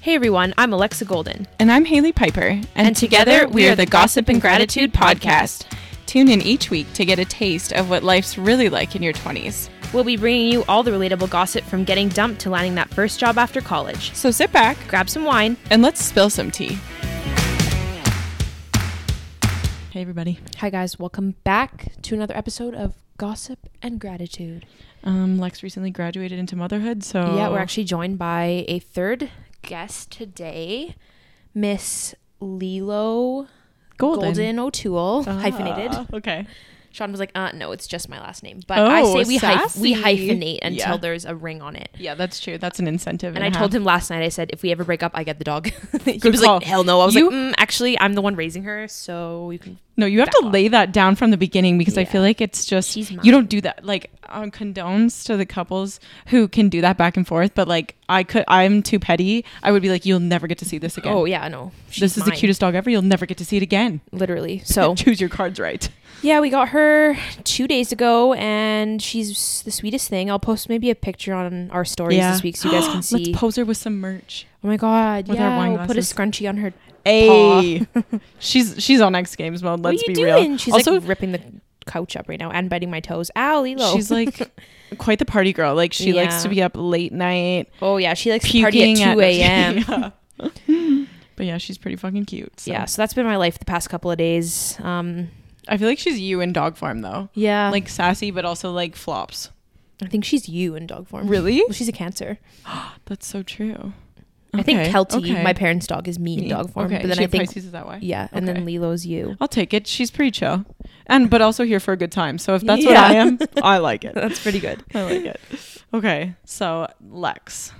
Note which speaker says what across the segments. Speaker 1: Hey everyone, I'm Alexa Golden.
Speaker 2: And I'm Haley Piper. And,
Speaker 1: And together, we are the Gossip and Gratitude Podcast.
Speaker 2: Tune in each week to get a taste of what life's really like in your 20s.
Speaker 1: We'll be bringing you all the relatable gossip from getting dumped to landing that first job after college.
Speaker 2: So sit back
Speaker 1: Grab some wine.
Speaker 2: and let's spill some tea. Hey, everybody.
Speaker 1: Hi guys, welcome back to another episode of Gossip and Gratitude.
Speaker 2: Um, Lex recently graduated into motherhood, so.
Speaker 1: Yeah, we're actually joined by a third guest today, Miss Lilo
Speaker 2: Golden.
Speaker 1: O'Toole,
Speaker 2: Ah,
Speaker 1: hyphenated.
Speaker 2: Okay.
Speaker 1: Sean was like, "Uh, no, it's just my last name." But
Speaker 2: Oh,
Speaker 1: I say we hyph- we
Speaker 2: sassy.
Speaker 1: hyphenate until
Speaker 2: Yeah.
Speaker 1: there's a ring on it.
Speaker 2: Yeah, that's true. That's an incentive.
Speaker 1: And I told him last night, I said, if we ever break up, I get the dog. he
Speaker 2: Uh-huh. Good
Speaker 1: was
Speaker 2: call.
Speaker 1: like, hell no. I was
Speaker 2: You-
Speaker 1: like, mm, actually, I'm the one raising her, so you can.
Speaker 2: No, you have
Speaker 1: back
Speaker 2: to lay that down from the beginning because I
Speaker 1: Yeah.
Speaker 2: feel like it's just
Speaker 1: She's
Speaker 2: you don't do that. Like um, condones to the couples who can do that back and forth, but like I could, I'm too petty. I would be like, you'll never get to see this again.
Speaker 1: Oh yeah, no.
Speaker 2: this
Speaker 1: she's
Speaker 2: is the
Speaker 1: mine,
Speaker 2: cutest dog ever. You'll never get to see it again.
Speaker 1: Literally. So
Speaker 2: choose your cards right.
Speaker 1: yeah, we got her two days ago, and she's the sweetest thing. I'll post maybe a picture on our stories
Speaker 2: Yeah.
Speaker 1: this week so you guys can see.
Speaker 2: Let's pose her with some merch.
Speaker 1: oh my god,
Speaker 2: with our
Speaker 1: yeah.
Speaker 2: wine
Speaker 1: we'll put a
Speaker 2: glasses.
Speaker 1: scrunchie on her.
Speaker 2: Hey, she's she's on X Games mode. Let's
Speaker 1: what are you
Speaker 2: be
Speaker 1: doing?
Speaker 2: real.
Speaker 1: She's
Speaker 2: also,
Speaker 1: like ripping the couch up right now and biting my toes. Ow, Lilo.
Speaker 2: she's like quite the party girl. Like she likes
Speaker 1: Yeah.
Speaker 2: to be up late night,
Speaker 1: oh yeah, she likes to party
Speaker 2: puking
Speaker 1: at two a.m.
Speaker 2: yeah. But yeah, she's pretty fucking cute. so.
Speaker 1: Yeah, so that's been my life the past couple of days. Um,
Speaker 2: I feel like she's you in dog form though.
Speaker 1: yeah, like
Speaker 2: Like sassy, but also like flops.
Speaker 1: I think she's you in dog form.
Speaker 2: Really?
Speaker 1: Well, she's a cancer.
Speaker 2: That's so true.
Speaker 1: I think
Speaker 2: Okay,
Speaker 1: Kelty,
Speaker 2: okay.
Speaker 1: my parents' dog, is me in dog form.
Speaker 2: Okay,
Speaker 1: But then
Speaker 2: she
Speaker 1: I think
Speaker 2: Pisces is that way.
Speaker 1: yeah, and
Speaker 2: Okay.
Speaker 1: then Lilo's you.
Speaker 2: I'll take it. She's pretty chill, and but also here for a good time. So if that's what
Speaker 1: Yeah.
Speaker 2: I am, I like it.
Speaker 1: That's pretty good.
Speaker 2: I like it. Okay, so Lex,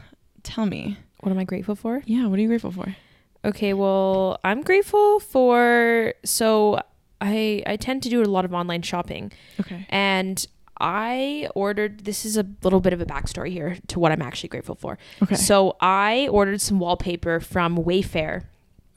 Speaker 2: tell me.
Speaker 1: What am I grateful for?
Speaker 2: Yeah, what are you grateful for?
Speaker 1: Okay, well, I'm grateful for so I I tend to do a lot of online shopping
Speaker 2: Okay.
Speaker 1: and I ordered this is a little bit of a backstory here to what I'm actually grateful for.
Speaker 2: Okay.
Speaker 1: So I ordered some wallpaper from Wayfair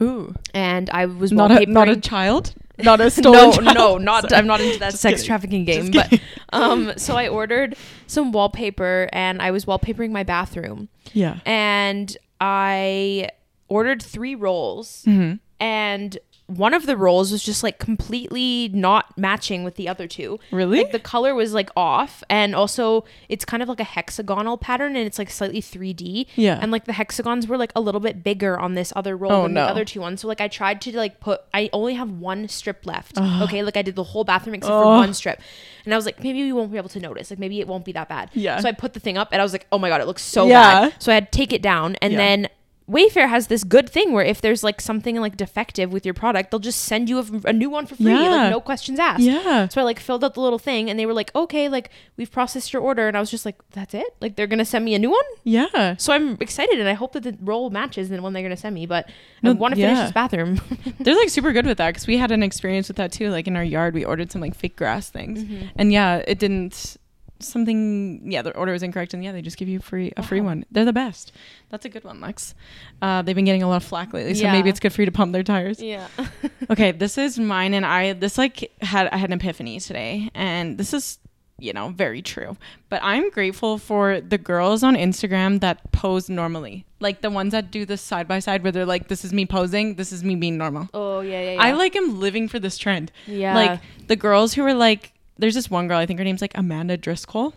Speaker 2: Ooh,
Speaker 1: and I was
Speaker 2: not a not a
Speaker 1: wallpapering-
Speaker 2: child, not a
Speaker 1: no,
Speaker 2: stolen. child?
Speaker 1: no, not
Speaker 2: Sorry.
Speaker 1: I'm not into that
Speaker 2: Just
Speaker 1: sex
Speaker 2: kidding.
Speaker 1: trafficking game.
Speaker 2: Just
Speaker 1: But um, so I ordered some wallpaper and I was wallpapering my bathroom
Speaker 2: Yeah.
Speaker 1: and I ordered three rolls
Speaker 2: Mhm.
Speaker 1: and one of the rolls was just like completely not matching with the other two.
Speaker 2: Really?
Speaker 1: Like the color was like off and also it's kind of like a hexagonal pattern and it's like slightly 3D.
Speaker 2: Yeah.
Speaker 1: And like the hexagons were like a little bit bigger on this other roll
Speaker 2: Oh,
Speaker 1: than
Speaker 2: no.
Speaker 1: the other two ones. So like I tried to like put I only have one strip left. Okay, like I did the whole bathroom except for
Speaker 2: Ugh.
Speaker 1: one strip. And I was like maybe we won't be able to notice. Like maybe it won't be that bad.
Speaker 2: Yeah.
Speaker 1: So I put the thing up and I was like, "Oh my god, it looks so
Speaker 2: Yeah.
Speaker 1: bad." So I had to take it down and
Speaker 2: Yeah.
Speaker 1: then Wayfair has this good thing where if there's like something like defective with your product, they'll just send you a, a new one for free,
Speaker 2: Yeah.
Speaker 1: like no questions asked.
Speaker 2: Yeah.
Speaker 1: So I like filled out the little thing and they were like, okay, like we've processed your order. And I was just like, that's it? Like they're going to send me a new one?
Speaker 2: Yeah.
Speaker 1: So I'm excited and I hope that the roll matches the one they're going to send me. But
Speaker 2: No,
Speaker 1: I want to
Speaker 2: yeah.
Speaker 1: finish this bathroom.
Speaker 2: They're like super good with that because we had an experience with that too. Like in our yard, we ordered some like fake grass things,
Speaker 1: Mm-hmm.
Speaker 2: and yeah, it didn't. Something, yeah, the order was incorrect, and yeah, they just give you free a free
Speaker 1: Wow.
Speaker 2: one. They're the best. That's a good one, Lex. Uh, they've been getting a lot of flack lately, so
Speaker 1: Yeah.
Speaker 2: maybe it's good for you to pump their tires.
Speaker 1: yeah.
Speaker 2: Okay, this is mine, and I this like had I had an epiphany today, and this is you know very true. But I'm grateful for the girls on Instagram that pose normally, like the ones that do this side by side, where they're like, "This is me posing, this is me being normal."
Speaker 1: Oh, yeah, yeah,
Speaker 2: I like am living for this trend.
Speaker 1: Yeah.
Speaker 2: Like the girls who are like, there's this one girl, I think her name's like Amanda Driscoll,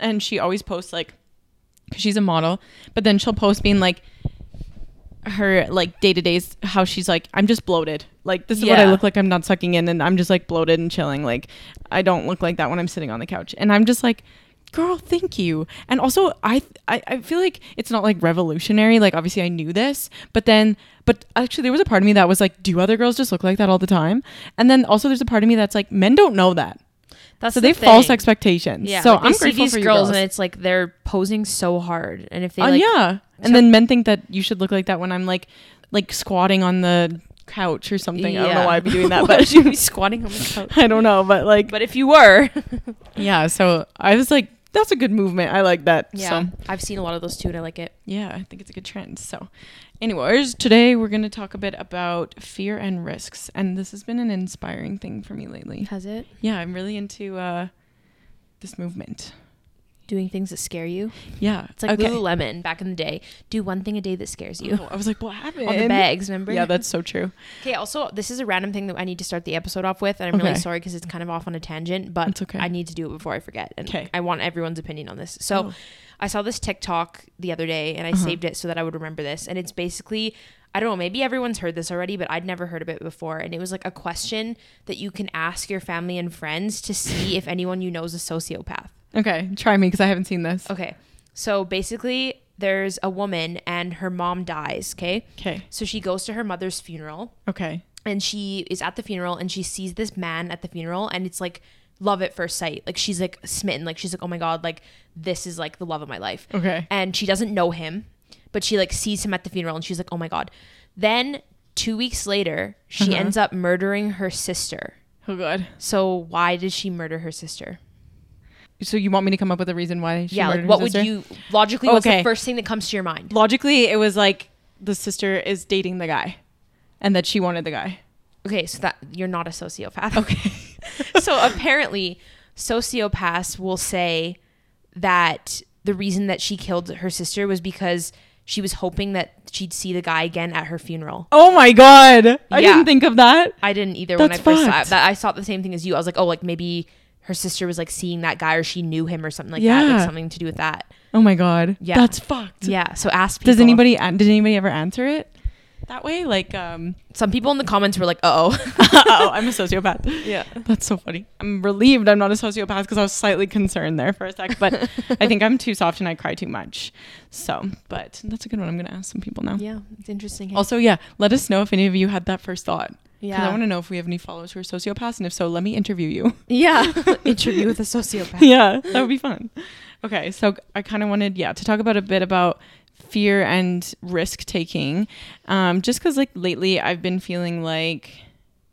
Speaker 2: and she always posts like, 'cause she's a model, but then she'll post being like, her like day to days, how she's like, I'm just bloated. Like this is what I
Speaker 1: Yeah.
Speaker 2: look like. I'm not sucking in, and I'm just like bloated and chilling. Like I don't look like that when I'm sitting on the couch, and I'm just like. Girl, thank you. And also, I, I I feel like it's not like revolutionary. Like obviously, I knew this, but then, but actually, there was a part of me that was like, do other girls just look like that all the time? And then also, there's a part of me that's like, men don't know that,
Speaker 1: that's
Speaker 2: so
Speaker 1: the
Speaker 2: they have false
Speaker 1: thing.
Speaker 2: expectations.
Speaker 1: Yeah.
Speaker 2: so
Speaker 1: like, they
Speaker 2: I'm
Speaker 1: see
Speaker 2: grateful
Speaker 1: these
Speaker 2: for you
Speaker 1: girls,
Speaker 2: girls.
Speaker 1: and it's like they're posing so hard. And if they
Speaker 2: Uh,
Speaker 1: like,
Speaker 2: yeah, and
Speaker 1: so-
Speaker 2: then men think that you should look like that when I'm like, like squatting on the couch or something. I don't know
Speaker 1: Yeah.
Speaker 2: why I'd be doing that,
Speaker 1: Why
Speaker 2: but
Speaker 1: would you be squatting on the couch.
Speaker 2: I don't know, but like,
Speaker 1: But if you were,
Speaker 2: yeah. So I was like, that's a good movement. I like that.
Speaker 1: yeah,
Speaker 2: So
Speaker 1: I've seen a lot of those too, and I like it.
Speaker 2: yeah, I think it's a good trend. So, anyways, today we're gonna talk a bit about fear and risks, and this has been an inspiring thing for me lately.
Speaker 1: Has it?
Speaker 2: Yeah, I'm really into uh, this movement.
Speaker 1: doing things that scare you.
Speaker 2: Yeah.
Speaker 1: It's like
Speaker 2: okay.
Speaker 1: Lululemon back in the day. Do one thing a day that scares you.
Speaker 2: Oh, I was like, what happened?
Speaker 1: On the bags, remember?
Speaker 2: Yeah, that's so true.
Speaker 1: Okay, also, this is a random thing that I need to start the episode off with, and I'm
Speaker 2: Okay.
Speaker 1: really sorry because it's kind of off on a tangent, but
Speaker 2: It's okay.
Speaker 1: I need to do it before I forget. And
Speaker 2: Okay.
Speaker 1: I want everyone's opinion on this. So
Speaker 2: Oh. Uh-huh.
Speaker 1: I saw this TikTok the other day, and I saved it so that I would remember this. And it's basically, I don't know, maybe everyone's heard this already, but I'd never heard of it before. And it was like a question that you can ask your family and friends to see if anyone you know is a sociopath.
Speaker 2: Okay, try me because I haven't seen this.
Speaker 1: Okay, so basically, there's a woman, and her mom dies, okay?
Speaker 2: Okay.
Speaker 1: So she goes to her mother's funeral
Speaker 2: Okay.
Speaker 1: and she is at the funeral and she sees this man at the funeral and it's like love at first sight like she's like smitten like she's like oh my god like this is like the love of my life
Speaker 2: Okay.
Speaker 1: and she doesn't know him but she like sees him at the funeral and she's like oh my god then two weeks later she
Speaker 2: Mm-hmm.
Speaker 1: ends up murdering her sister
Speaker 2: Oh god.
Speaker 1: so why did she murder her sister
Speaker 2: So you want me to come up with a reason why? She
Speaker 1: yeah
Speaker 2: murdered
Speaker 1: like
Speaker 2: her
Speaker 1: what would
Speaker 2: sister?
Speaker 1: you logically what's
Speaker 2: Okay.
Speaker 1: the first thing that comes to your mind
Speaker 2: Logically, it was like the sister is dating the guy, and that she wanted the guy.
Speaker 1: Okay, so that you're not a sociopath. Okay. so apparently, sociopaths will say that the reason that she killed her sister was because she was hoping that she'd see the guy again at her funeral.
Speaker 2: Oh my god! I
Speaker 1: Yeah.
Speaker 2: didn't think of that.
Speaker 1: I didn't either when
Speaker 2: That's
Speaker 1: I first saw it.
Speaker 2: fucked.
Speaker 1: That I saw the same thing as you. I was like, oh, like maybe her sister was like seeing that guy or she knew him or something like that,
Speaker 2: Yeah.
Speaker 1: like something to do with that.
Speaker 2: Oh my god.
Speaker 1: Yeah.
Speaker 2: That's fucked.
Speaker 1: Yeah. So ask people.
Speaker 2: Does anybody an- did anybody ever answer it that way? Like, um,
Speaker 1: Some people in the comments were like, oh,
Speaker 2: oh, I'm a sociopath.
Speaker 1: yeah.
Speaker 2: That's so funny. I'm relieved I'm not a sociopath because I was slightly concerned there for a sec, but I think I'm too soft and I cry too much. So, but that's a good one. I'm gonna ask some people now.
Speaker 1: Yeah, it's interesting.
Speaker 2: Also, yeah, let us know if any of you had that first thought. Because I
Speaker 1: yeah,
Speaker 2: want to know if we have any followers who are sociopaths, and if so, let me interview you.
Speaker 1: yeah. Interview with a sociopath.
Speaker 2: yeah, that would be fun. Okay, so I kind of wanted, yeah, to talk about a bit about fear and risk taking, um, just because like lately I've been feeling like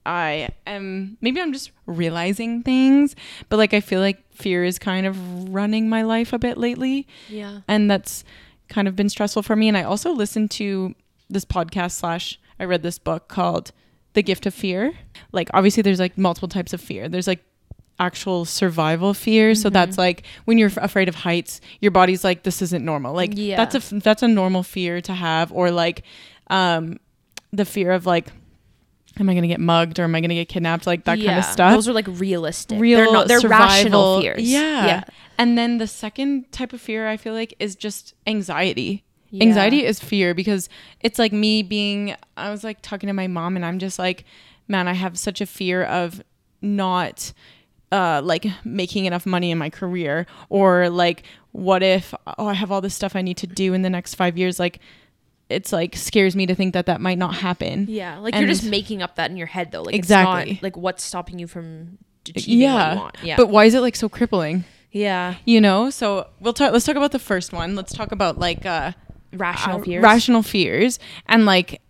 Speaker 2: I am maybe I'm just realizing things, but like I feel like fear is kind of running my life a bit lately
Speaker 1: Yeah.
Speaker 2: and that's kind of been stressful for me and i also listened to this podcast slash i read this book called the gift of fear like obviously there's like multiple types of fear there's like actual survival fear so
Speaker 1: Mm-hmm.
Speaker 2: that's like when you're f- afraid of heights your body's like this isn't normal like
Speaker 1: Yeah.
Speaker 2: that's a f- that's a normal fear to have or like um the fear of like am i going to get mugged or am i going to get kidnapped like that kind
Speaker 1: Yeah,
Speaker 2: of stuff
Speaker 1: Those are like realistic.
Speaker 2: real
Speaker 1: they're not they're rational
Speaker 2: survival-
Speaker 1: fears.
Speaker 2: Yeah. And then the second type of fear I feel like is just anxiety.
Speaker 1: Yeah.
Speaker 2: Anxiety is fear because it's like me being I was like talking to my mom and I'm just like, man, I have such a fear of not uh, like making enough money in my career or like what if oh I have all this stuff I need to do in the next 5 years like it's like scares me to think that that might not happen.
Speaker 1: Yeah. Like
Speaker 2: And-
Speaker 1: you're just making up that in your head though. Like It's
Speaker 2: Exactly.
Speaker 1: not, like what's stopping you from achieving what you
Speaker 2: Yeah.
Speaker 1: want? Yeah.
Speaker 2: But why is it like so crippling?
Speaker 1: yeah.
Speaker 2: you know so we'll talk let's talk about the first one let's talk about like uh
Speaker 1: Rational
Speaker 2: uh,
Speaker 1: fears.
Speaker 2: rational fears and like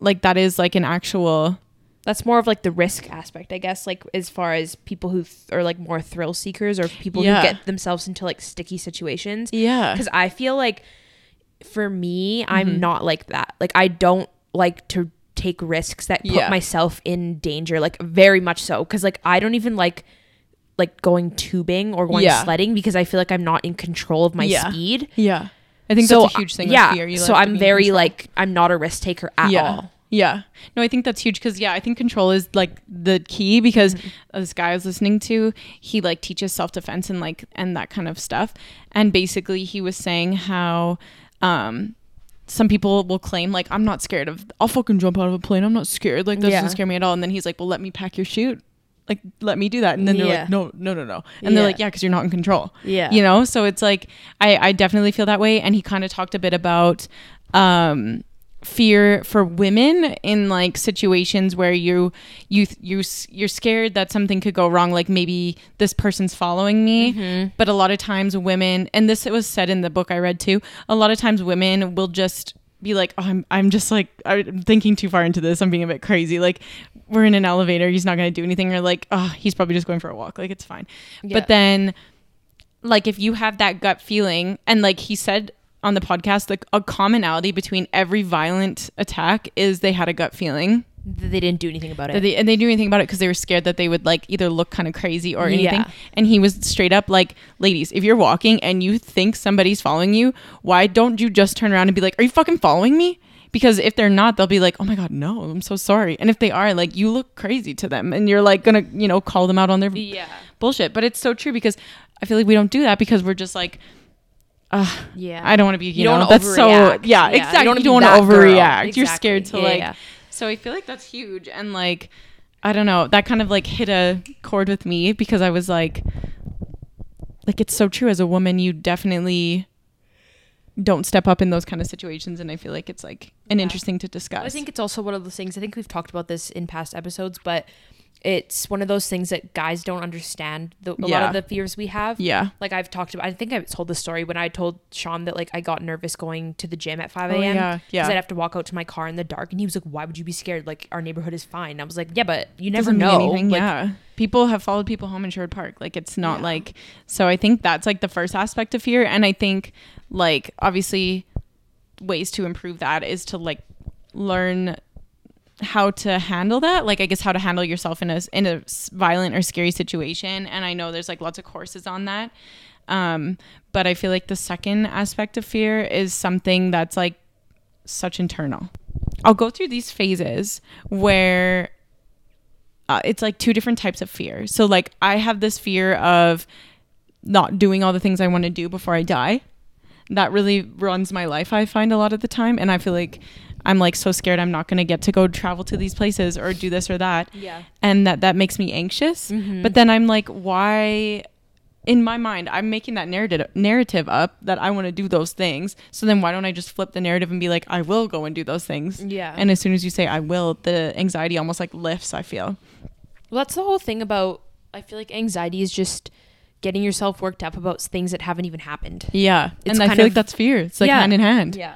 Speaker 2: like that is like an actual
Speaker 1: That's more of like the risk aspect, I guess. Like as far as people who th- are like more thrill seekers or people
Speaker 2: Yeah.
Speaker 1: who get themselves into like sticky situations.
Speaker 2: yeah Mm-hmm.
Speaker 1: Because I feel like for me, I'm not like that. Like I don't like to take risks that put
Speaker 2: Yeah.
Speaker 1: myself in danger, like very much so. Cause like I don't even like like going tubing or going
Speaker 2: Yeah.
Speaker 1: sledding because I feel like I'm not in control of my
Speaker 2: Yeah.
Speaker 1: speed.
Speaker 2: yeah i think
Speaker 1: so
Speaker 2: that's a huge thing
Speaker 1: Yeah.
Speaker 2: with fear. You
Speaker 1: so
Speaker 2: have to be
Speaker 1: I'm
Speaker 2: in
Speaker 1: very
Speaker 2: control.
Speaker 1: like I'm not a risk taker at
Speaker 2: yeah
Speaker 1: all.
Speaker 2: yeah no i think that's huge because yeah i think control is like the key because
Speaker 1: Mm-hmm.
Speaker 2: uh, this guy i was listening to he like teaches self-defense and like and that kind of stuff and basically he was saying how um some people will claim like I'm not scared of I'll fucking jump out of a plane. I'm not scared. Like that
Speaker 1: Yeah.
Speaker 2: doesn't scare me at all. And then he's like, well, let me pack your chute. Like let me do that. And then they're
Speaker 1: Yeah.
Speaker 2: like, no, no, no, no. And they're
Speaker 1: Yeah.
Speaker 2: like, yeah, because you're not in control.
Speaker 1: Yeah.
Speaker 2: You know. So it's like I I definitely feel that way. And he kind of talked a bit about um fear for women in like situations where you you you s- you're scared that something could go wrong like maybe this person's following me but a lot of times women and this it was said in the book i read too a lot of times women will just be like oh, i'm i'm just like i'm thinking too far into this i'm being a bit crazy like we're in an elevator he's not going to do anything or like oh he's probably just going for a walk like it's fine
Speaker 1: Yeah.
Speaker 2: but then like if you have that gut feeling and like he said on the podcast like a commonality between every violent attack is they had a gut feeling
Speaker 1: th- they didn't do anything about
Speaker 2: That
Speaker 1: it.
Speaker 2: they, and they knew anything about it because they were scared that they would like either look kind of crazy or anything.
Speaker 1: Yeah.
Speaker 2: And he was straight up like, "Ladies, if you're walking and you think somebody's following you, why don't you just turn around and be like, "Are you fucking following me?" Because if they're not, they'll be like, "Oh my god, no, I'm so sorry." And if they are, like, you look crazy to them, and you're like gonna, you know, call them out on their
Speaker 1: Yeah.
Speaker 2: bullshit. But it's so true because I feel like we don't do that because we're just like, Ugh,
Speaker 1: Yeah.
Speaker 2: I don't want to be, you,
Speaker 1: You
Speaker 2: know,
Speaker 1: don't wanna
Speaker 2: that's so,
Speaker 1: overreact. Yeah,
Speaker 2: yeah,
Speaker 1: you
Speaker 2: exactly.
Speaker 1: don't wanna
Speaker 2: You don't want
Speaker 1: be
Speaker 2: to
Speaker 1: that girl.
Speaker 2: overreact. You're scared to
Speaker 1: Exactly. Yeah,
Speaker 2: like,
Speaker 1: yeah.
Speaker 2: so I feel like that's huge. And like, I don't know, that kind of like hit a chord with me because I was like, like, it's so true as a woman, you definitely don't step up in those kind of situations. And I feel like it's like an
Speaker 1: Yeah.
Speaker 2: interesting to discuss.
Speaker 1: I think it's also one of those things. I think we've talked about this in past episodes, but it's one of those things that guys don't understand. The, a lot
Speaker 2: Yeah.
Speaker 1: of the fears we have.
Speaker 2: yeah.
Speaker 1: Like I've talked about, I think I told the story when I told Sean that like I got nervous going to the gym at 5
Speaker 2: Oh,
Speaker 1: a.m.
Speaker 2: yeah, yeah.
Speaker 1: I'd have to walk out to my car in the dark, and he was like, "Why would you be scared? Like our neighborhood is fine." And I was like, "Yeah, but you never
Speaker 2: Doesn't mean
Speaker 1: know."
Speaker 2: anything,
Speaker 1: Like,
Speaker 2: yeah. People have followed people home in Sherwood Park. Like it's not
Speaker 1: Yeah.
Speaker 2: like so I think that's like the first aspect of fear. And I think like obviously ways to improve that is to like learn how to handle that like i guess how to handle yourself in a in a s- violent or scary situation and i know there's like lots of courses on that um but i feel like the second aspect of fear is something that's like such internal i'll go through these phases where uh, it's like two different types of fear so like i have this fear of not doing all the things i want to do before i die that really runs my life i find a lot of the time and i feel like i'm like so scared i'm not going to get to go travel to these places or do this or that
Speaker 1: Yeah.
Speaker 2: and that that makes me anxious but then i'm like why in my mind i'm making that narrative narrative up that i want to do those things so then why don't i just flip the narrative and be like i will go and do those things
Speaker 1: Yeah.
Speaker 2: and as soon as you say i will the anxiety almost like lifts i feel
Speaker 1: Well, that's the whole thing about. I feel like anxiety is just getting yourself worked up about things that haven't even happened.
Speaker 2: yeah
Speaker 1: It's
Speaker 2: and i
Speaker 1: kind
Speaker 2: feel
Speaker 1: of-
Speaker 2: like that's fear it's like
Speaker 1: Yeah.
Speaker 2: hand in hand
Speaker 1: Yeah.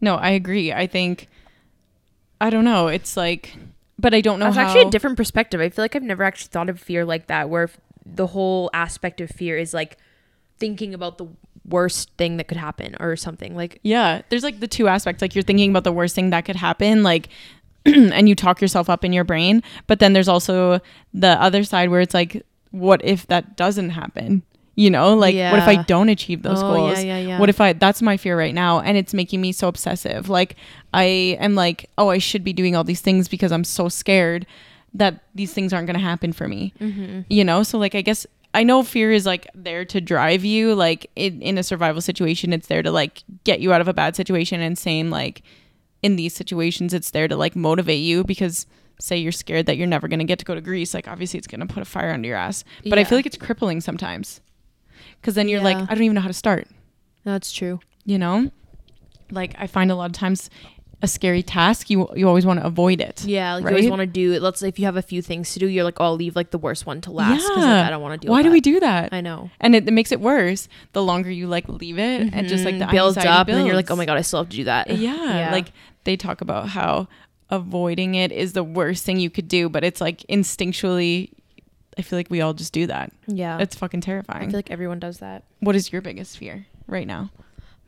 Speaker 2: no i agree i think i don't know it's like but i don't know
Speaker 1: That's
Speaker 2: how
Speaker 1: actually a different perspective. I feel like I've never actually thought of fear like that, where f- the whole aspect of fear is like thinking about the worst thing that could happen or something. Like,
Speaker 2: Yeah, there's like the two aspects. Like you're thinking about the worst thing that could happen, like, and you talk yourself up in your brain. But then there's also the other side where it's like, what if that doesn't happen? You know, like what if I
Speaker 1: Yeah.
Speaker 2: don't achieve those
Speaker 1: Oh, yeah,
Speaker 2: goals?
Speaker 1: yeah, yeah.
Speaker 2: What if I? That's my fear right now, and it's making me so obsessive. Like I am like, oh, I should be doing all these things because I'm so scared that these things aren't going to happen for me.
Speaker 1: Mm-hmm.
Speaker 2: You know, so like I guess I know fear is like there to drive you, like in, in a survival situation, it's there to like get you out of a bad situation. And same, like in these situations, it's there to like motivate you because say you're scared that you're never going to get to go to Greece, like obviously it's going to put a fire under your ass. But I
Speaker 1: Yeah.
Speaker 2: feel like it's crippling sometimes because then you're like,
Speaker 1: Yeah.
Speaker 2: I don't even know how to start,
Speaker 1: that's true.
Speaker 2: you know? Like I find a lot of times a scary task, you, you always want to avoid it.
Speaker 1: Yeah, like you always
Speaker 2: Right?
Speaker 1: want to do. Let's say if you have a few things to do, you're like, oh, I'll leave like the worst one to last because like, I don't want to do.
Speaker 2: Why do we do that?
Speaker 1: I know.
Speaker 2: and it, it makes it worse the longer you like leave it and just like the
Speaker 1: Mm, builds
Speaker 2: anxiety
Speaker 1: up, and then you're like, oh
Speaker 2: builds.
Speaker 1: my god, I still have to do that.
Speaker 2: yeah, like they talk about how avoiding it is the worst thing you could do but it's like instinctually i feel like we all just do that
Speaker 1: yeah.
Speaker 2: it's fucking
Speaker 1: Oh. I
Speaker 2: terrifying
Speaker 1: feel like everyone does that.
Speaker 2: what is your biggest fear right now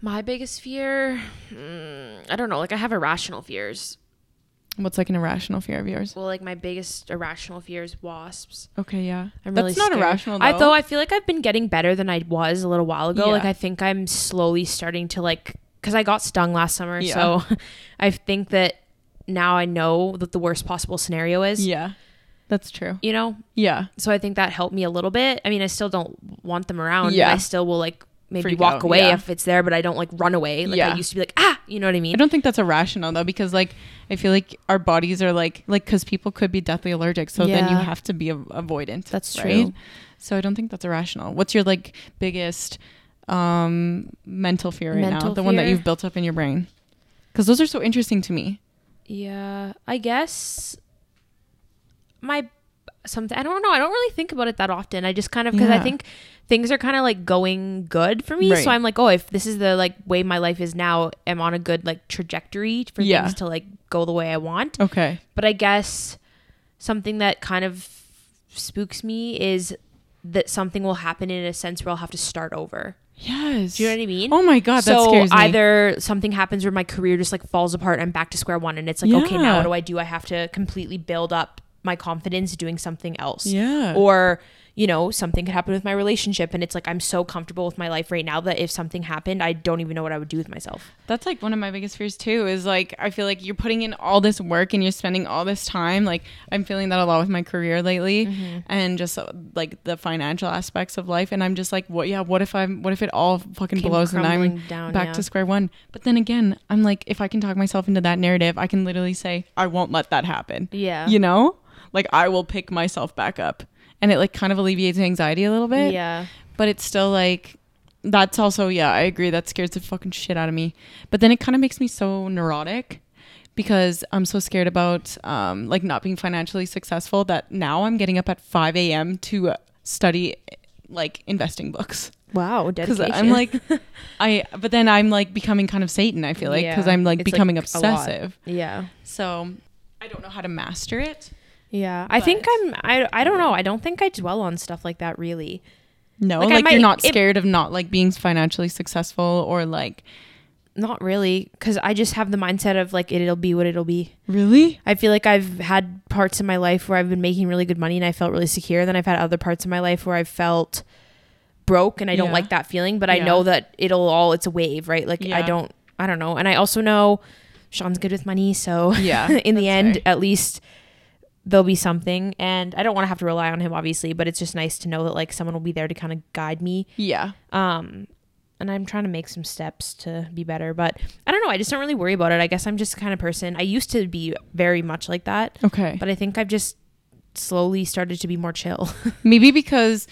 Speaker 1: My biggest fear, mm, I don't know. Like I have irrational fears.
Speaker 2: what's like an irrational fear of yours
Speaker 1: Well, like my biggest irrational fear is wasps.
Speaker 2: okay yeah
Speaker 1: I'm
Speaker 2: that's
Speaker 1: really
Speaker 2: not
Speaker 1: scared.
Speaker 2: irrational though.
Speaker 1: I though I feel like I've been getting better than I was a little while ago.
Speaker 2: Yeah.
Speaker 1: Like I think I'm slowly starting to like because I got stung last summer,
Speaker 2: Yeah.
Speaker 1: so I think that now I know that the worst possible scenario is.
Speaker 2: yeah that's true
Speaker 1: You know,
Speaker 2: yeah
Speaker 1: so I think that helped me a little bit. I mean, I still don't want them around.
Speaker 2: Yeah.
Speaker 1: Yeah. I still will like maybe
Speaker 2: Freak
Speaker 1: walk
Speaker 2: out,
Speaker 1: away
Speaker 2: yeah.
Speaker 1: if it's there, but I don't like run away. Like
Speaker 2: Yeah.
Speaker 1: I used to be like ah, you know what I mean?
Speaker 2: I don't think that's irrational though, because like I feel like our bodies are like like because people could be deathly allergic, so then you
Speaker 1: Yeah.
Speaker 2: have to be av- avoidant.
Speaker 1: That's true.
Speaker 2: So I don't think that's irrational. What's your like biggest um mental fear right now?
Speaker 1: Mental
Speaker 2: The one that
Speaker 1: fear?
Speaker 2: you've built up in your brain, because those are so interesting to me.
Speaker 1: Yeah, I guess my something. I don't know. I don't really think about it that often. I just kind of because I
Speaker 2: Yeah.
Speaker 1: think things are kind of like going good for me.
Speaker 2: Right.
Speaker 1: So I'm like, oh, if this is the like way my life is now, I'm on a good like trajectory for
Speaker 2: Yeah.
Speaker 1: things to like go the way I want.
Speaker 2: Okay.
Speaker 1: But I guess something that kind of spooks me is that something will happen in a sense where I'll have to start over.
Speaker 2: Yes.
Speaker 1: Do you know what I mean?
Speaker 2: Oh my god, that
Speaker 1: so
Speaker 2: scares me.
Speaker 1: either something happens where my career just like falls apart, I'm back to square one, and it's like, okay, now
Speaker 2: Yeah.
Speaker 1: what do I do? I have to completely build up my confidence doing something else.
Speaker 2: Yeah.
Speaker 1: Or, you know, something could happen with my relationship, and it's like I'm so comfortable with my life right now that if something happened, I don't even know what I would do with myself.
Speaker 2: That's like one of my biggest fears too is like I feel like you're putting in all this work and you're spending all this time like I'm feeling that a lot with my career lately
Speaker 1: Mm-hmm.
Speaker 2: and just uh, like the financial aspects of life and I'm just like what yeah what if I'm what if it all fucking
Speaker 1: Came
Speaker 2: blows and I'm
Speaker 1: crumbling down,
Speaker 2: back
Speaker 1: yeah.
Speaker 2: to square one but then again I'm like if I can talk myself into that narrative I can literally say I won't let that happen
Speaker 1: Yeah.
Speaker 2: you know like I will pick myself back up and it like kind of alleviates anxiety a little bit
Speaker 1: Yeah.
Speaker 2: but it's still like that's also yeah i agree that scares the fucking shit out of me but then it kind of makes me so neurotic because i'm so scared about um like not being financially successful that now i'm getting up at 5 a.m to uh, study like investing books
Speaker 1: Wow.
Speaker 2: because i'm like i but then i'm like becoming kind of satan i feel like because
Speaker 1: Yeah.
Speaker 2: i'm like
Speaker 1: It's, like,
Speaker 2: becoming
Speaker 1: a lot.
Speaker 2: obsessive
Speaker 1: yeah.
Speaker 2: so i don't know how to master it
Speaker 1: Yeah. I think
Speaker 2: But-
Speaker 1: I'm, I, I don't know. I don't think I dwell on stuff like that really.
Speaker 2: no
Speaker 1: Like,
Speaker 2: like,
Speaker 1: I might-
Speaker 2: you're not
Speaker 1: it-
Speaker 2: scared of not like being financially successful or like
Speaker 1: Not really. Cause I just have the mindset of like, it'll be what it'll be.
Speaker 2: really
Speaker 1: I feel like I've had parts of my life where I've been making really good money and I felt really secure. Then I've had other parts of my life where I felt broke and I don't
Speaker 2: Yeah.
Speaker 1: like that feeling, but I
Speaker 2: Yeah.
Speaker 1: know that it'll all, it's a wave, right? Like I
Speaker 2: Yeah.
Speaker 1: don't, I don't know. And I also know Sean's good with money. So
Speaker 2: Yeah,
Speaker 1: in the
Speaker 2: that's
Speaker 1: end,
Speaker 2: fair.
Speaker 1: at least there'll be something. And I don't want to have to rely on him, obviously, but it's just nice to know that like someone will be there to kind of guide me.
Speaker 2: yeah
Speaker 1: Um, and I'm trying to make some steps to be better, but I don't know. I just don't really worry about it. I guess I'm just the kind of person. I used to be very much like that,
Speaker 2: okay
Speaker 1: but I think I've just slowly started to be more chill.
Speaker 2: maybe because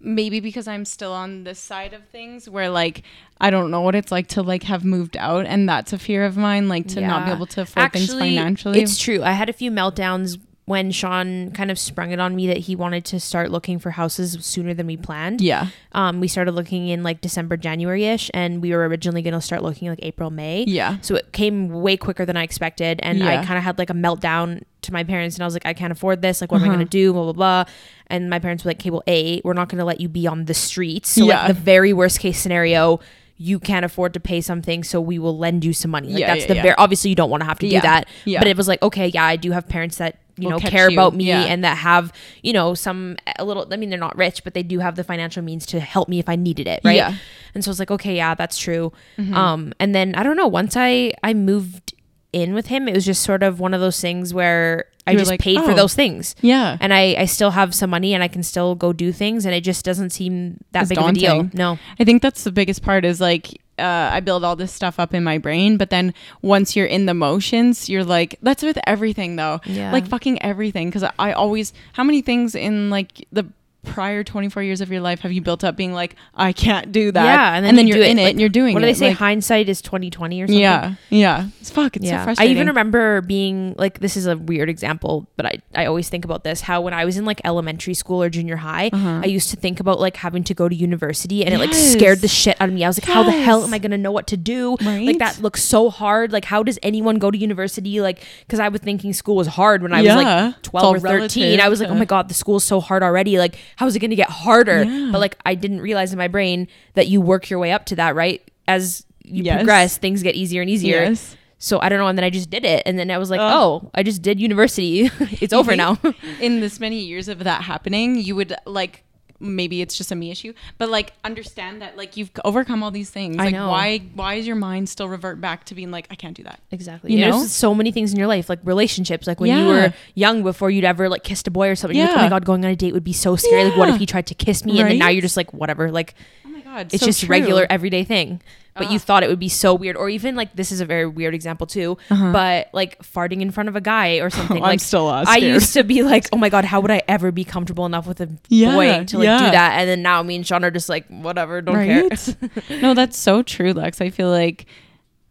Speaker 2: maybe because i'm still on this side of things where like i don't know what it's like to like have moved out and that's a fear of mine like to not be
Speaker 1: Yeah.
Speaker 2: able to afford things financially
Speaker 1: It's true. I had a few meltdowns when Sean kind of sprung it on me that he wanted to start looking for houses sooner than we planned.
Speaker 2: yeah
Speaker 1: Um, we started looking in like December, January ish, and we were originally going to start looking like April, May.
Speaker 2: yeah
Speaker 1: So it came way quicker than I expected. And I
Speaker 2: Yeah.
Speaker 1: kind of had like a meltdown to my parents. And I was like, I can't afford this. Like, what am I
Speaker 2: Uh-huh.
Speaker 1: going to do? Blah, blah, blah. And my parents were like, okay, well, A, we're not going to let you be on the streets. So,
Speaker 2: Yeah.
Speaker 1: like, the very worst case scenario, you can't afford to pay something. So we will lend you some money. Like,
Speaker 2: Yeah,
Speaker 1: that's
Speaker 2: yeah,
Speaker 1: the
Speaker 2: yeah.
Speaker 1: very, obviously, you don't want to have to
Speaker 2: Yeah,
Speaker 1: do that.
Speaker 2: yeah.
Speaker 1: But it was like, okay, yeah, I do have parents that, you
Speaker 2: Will
Speaker 1: know,
Speaker 2: catch
Speaker 1: care
Speaker 2: you,
Speaker 1: about me
Speaker 2: yeah.
Speaker 1: and that have, you know, some, a little, I mean, they're not rich, but they do have the financial means to help me if I needed it. Right.
Speaker 2: Yeah. Mm-hmm.
Speaker 1: And so I was like, okay, yeah, that's true. Um, and then I don't know. Once I I moved in with him, it was just sort of one of those things where I
Speaker 2: You were
Speaker 1: just
Speaker 2: like,
Speaker 1: paid for
Speaker 2: oh.
Speaker 1: those things,
Speaker 2: yeah
Speaker 1: and I I still have some money and I can still go do things, and it just doesn't seem that
Speaker 2: It's
Speaker 1: big of a deal.
Speaker 2: daunting.
Speaker 1: No,
Speaker 2: i think that's the biggest part is like uh, I build all this stuff up in my brain, but then once you're in the motions, you're like, that's with everything though.
Speaker 1: Yeah.
Speaker 2: Like fucking everything. Cause I, I always, how many things in like the prior 24 years of your life have you built up being like, I can't do that.
Speaker 1: Yeah,
Speaker 2: And then,
Speaker 1: you
Speaker 2: you're
Speaker 1: do it,
Speaker 2: in it
Speaker 1: like,
Speaker 2: and you're doing
Speaker 1: what
Speaker 2: it.
Speaker 1: do they say?
Speaker 2: Like,
Speaker 1: Hindsight is twenty twenty or something.
Speaker 2: Yeah, yeah. It's fuck. It's so
Speaker 1: I
Speaker 2: frustrating.
Speaker 1: even remember being like, this is a weird example, but I, I always think about this how when I was in like elementary school or junior high,
Speaker 2: Uh-huh.
Speaker 1: I used to think about like having to go to university and it like scared
Speaker 2: Yes.
Speaker 1: the shit out of me. I was like, how the hell am I
Speaker 2: Yes.
Speaker 1: going to know what to do? Like,
Speaker 2: Right?
Speaker 1: that looks so hard. Like, how does anyone go to university? Like, because I was thinking school was hard when I was
Speaker 2: Yeah.
Speaker 1: like
Speaker 2: It's
Speaker 1: 12
Speaker 2: all
Speaker 1: or 13.
Speaker 2: relative
Speaker 1: I was like, oh
Speaker 2: to-
Speaker 1: my God, the school's so hard already. Like, how is it going to get harder?
Speaker 2: Yeah.
Speaker 1: But like, I didn't realize in my brain that you work your way up to that, right? As you
Speaker 2: Yes.
Speaker 1: progress, things get easier and easier.
Speaker 2: Yes.
Speaker 1: So I don't know. And then I just did it. And then I was like,
Speaker 2: Ugh.
Speaker 1: oh, I just did university. it's over now.
Speaker 2: in this many years of that happening, you would like maybe it's just a me issue, but like understand that like you've overcome all these things.
Speaker 1: I
Speaker 2: like
Speaker 1: know.
Speaker 2: why why is your mind still revert back to being like I can't do that?
Speaker 1: Exactly.
Speaker 2: You
Speaker 1: You know,
Speaker 2: know?
Speaker 1: there's so many things in your life, like relationships, like when you
Speaker 2: Yeah.
Speaker 1: were young before you'd ever like kissed a boy or something. You're like, oh
Speaker 2: Yeah.
Speaker 1: my God, going on a date would be so scary. Like, what if
Speaker 2: Yeah.
Speaker 1: he tried to kiss me? And then now
Speaker 2: Right?
Speaker 1: you're just like, whatever. Like,
Speaker 2: Oh my god.
Speaker 1: it's
Speaker 2: so
Speaker 1: just
Speaker 2: true. Ah.
Speaker 1: regular everyday thing. But you
Speaker 2: Ugh.
Speaker 1: thought it would be so weird. Or even like, this is a very weird example too, but like farting in front of a guy or something.
Speaker 2: Uh-huh. I'm
Speaker 1: like,
Speaker 2: still, uh,
Speaker 1: I
Speaker 2: scared.
Speaker 1: used to be like, oh my God, how would I ever be comfortable enough with a
Speaker 2: Yeah,
Speaker 1: boy to like do
Speaker 2: yeah.
Speaker 1: that? And then now me and Sean are just like, whatever, don't care.
Speaker 2: Right? no, that's so true, Lex. I feel like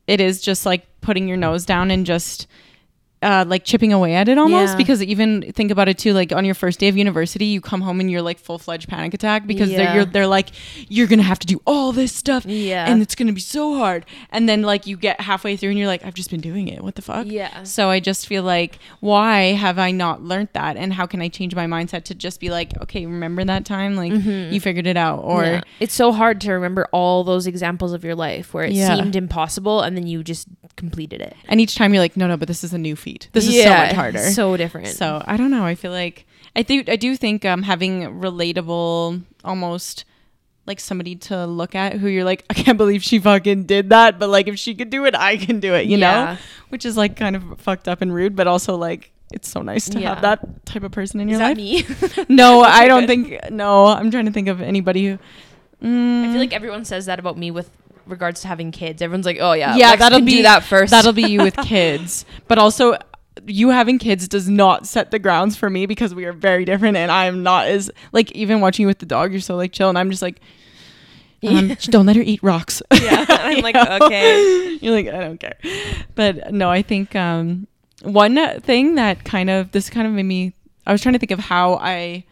Speaker 2: it is just like putting your nose down and just uh, like chipping away at it almost
Speaker 1: Yeah.
Speaker 2: because even think about it too like on your first day of university you come home and you're like full-fledged panic attack because
Speaker 1: Yeah.
Speaker 2: they're you're, they're like you're gonna have to do all this stuff
Speaker 1: Yeah.
Speaker 2: and it's gonna be so hard and then like you get halfway through and you're like I've just been doing it what the fuck
Speaker 1: Yeah.
Speaker 2: so I just feel like why have I not learned that and how can I change my mindset to just be like okay remember that time like you figured it out or
Speaker 1: Mm-hmm. Yeah. it's so hard to remember all those examples of your life where it
Speaker 2: Yeah.
Speaker 1: seemed impossible and then you just completed it.
Speaker 2: and each time you're like no no but this is a new feat this is so
Speaker 1: Yeah,
Speaker 2: much harder
Speaker 1: So different.
Speaker 2: So I don't know. I feel like I think I do think um, having relatable, almost like somebody to look at who you're like, I can't believe she fucking did that, but like if she could do it, I can do it. You
Speaker 1: Yeah.
Speaker 2: know, which is like kind of fucked up and rude, but also like it's so nice to
Speaker 1: Yeah.
Speaker 2: have that type of person in
Speaker 1: is
Speaker 2: your
Speaker 1: that
Speaker 2: life.
Speaker 1: me?
Speaker 2: No, I don't think. No, I'm trying to think of anybody who. Mm,
Speaker 1: I feel like everyone says that about me with regards to having kids. Everyone's like, "Oh yeah,
Speaker 2: Yeah,
Speaker 1: Lex
Speaker 2: that'll
Speaker 1: can do
Speaker 2: be-
Speaker 1: that 1st
Speaker 2: that'll be you with kids, but also. You having kids does not set the grounds for me because we are very different, and I'm not as like even watching you with the dog. You're so like chill, and I'm just like, um, "Just don't let her eat rocks.
Speaker 1: yeah. I'm like, okay,
Speaker 2: You're like, I don't care. But no, I think um, one uh, thing that kind of this kind of made me. I was trying to think of how I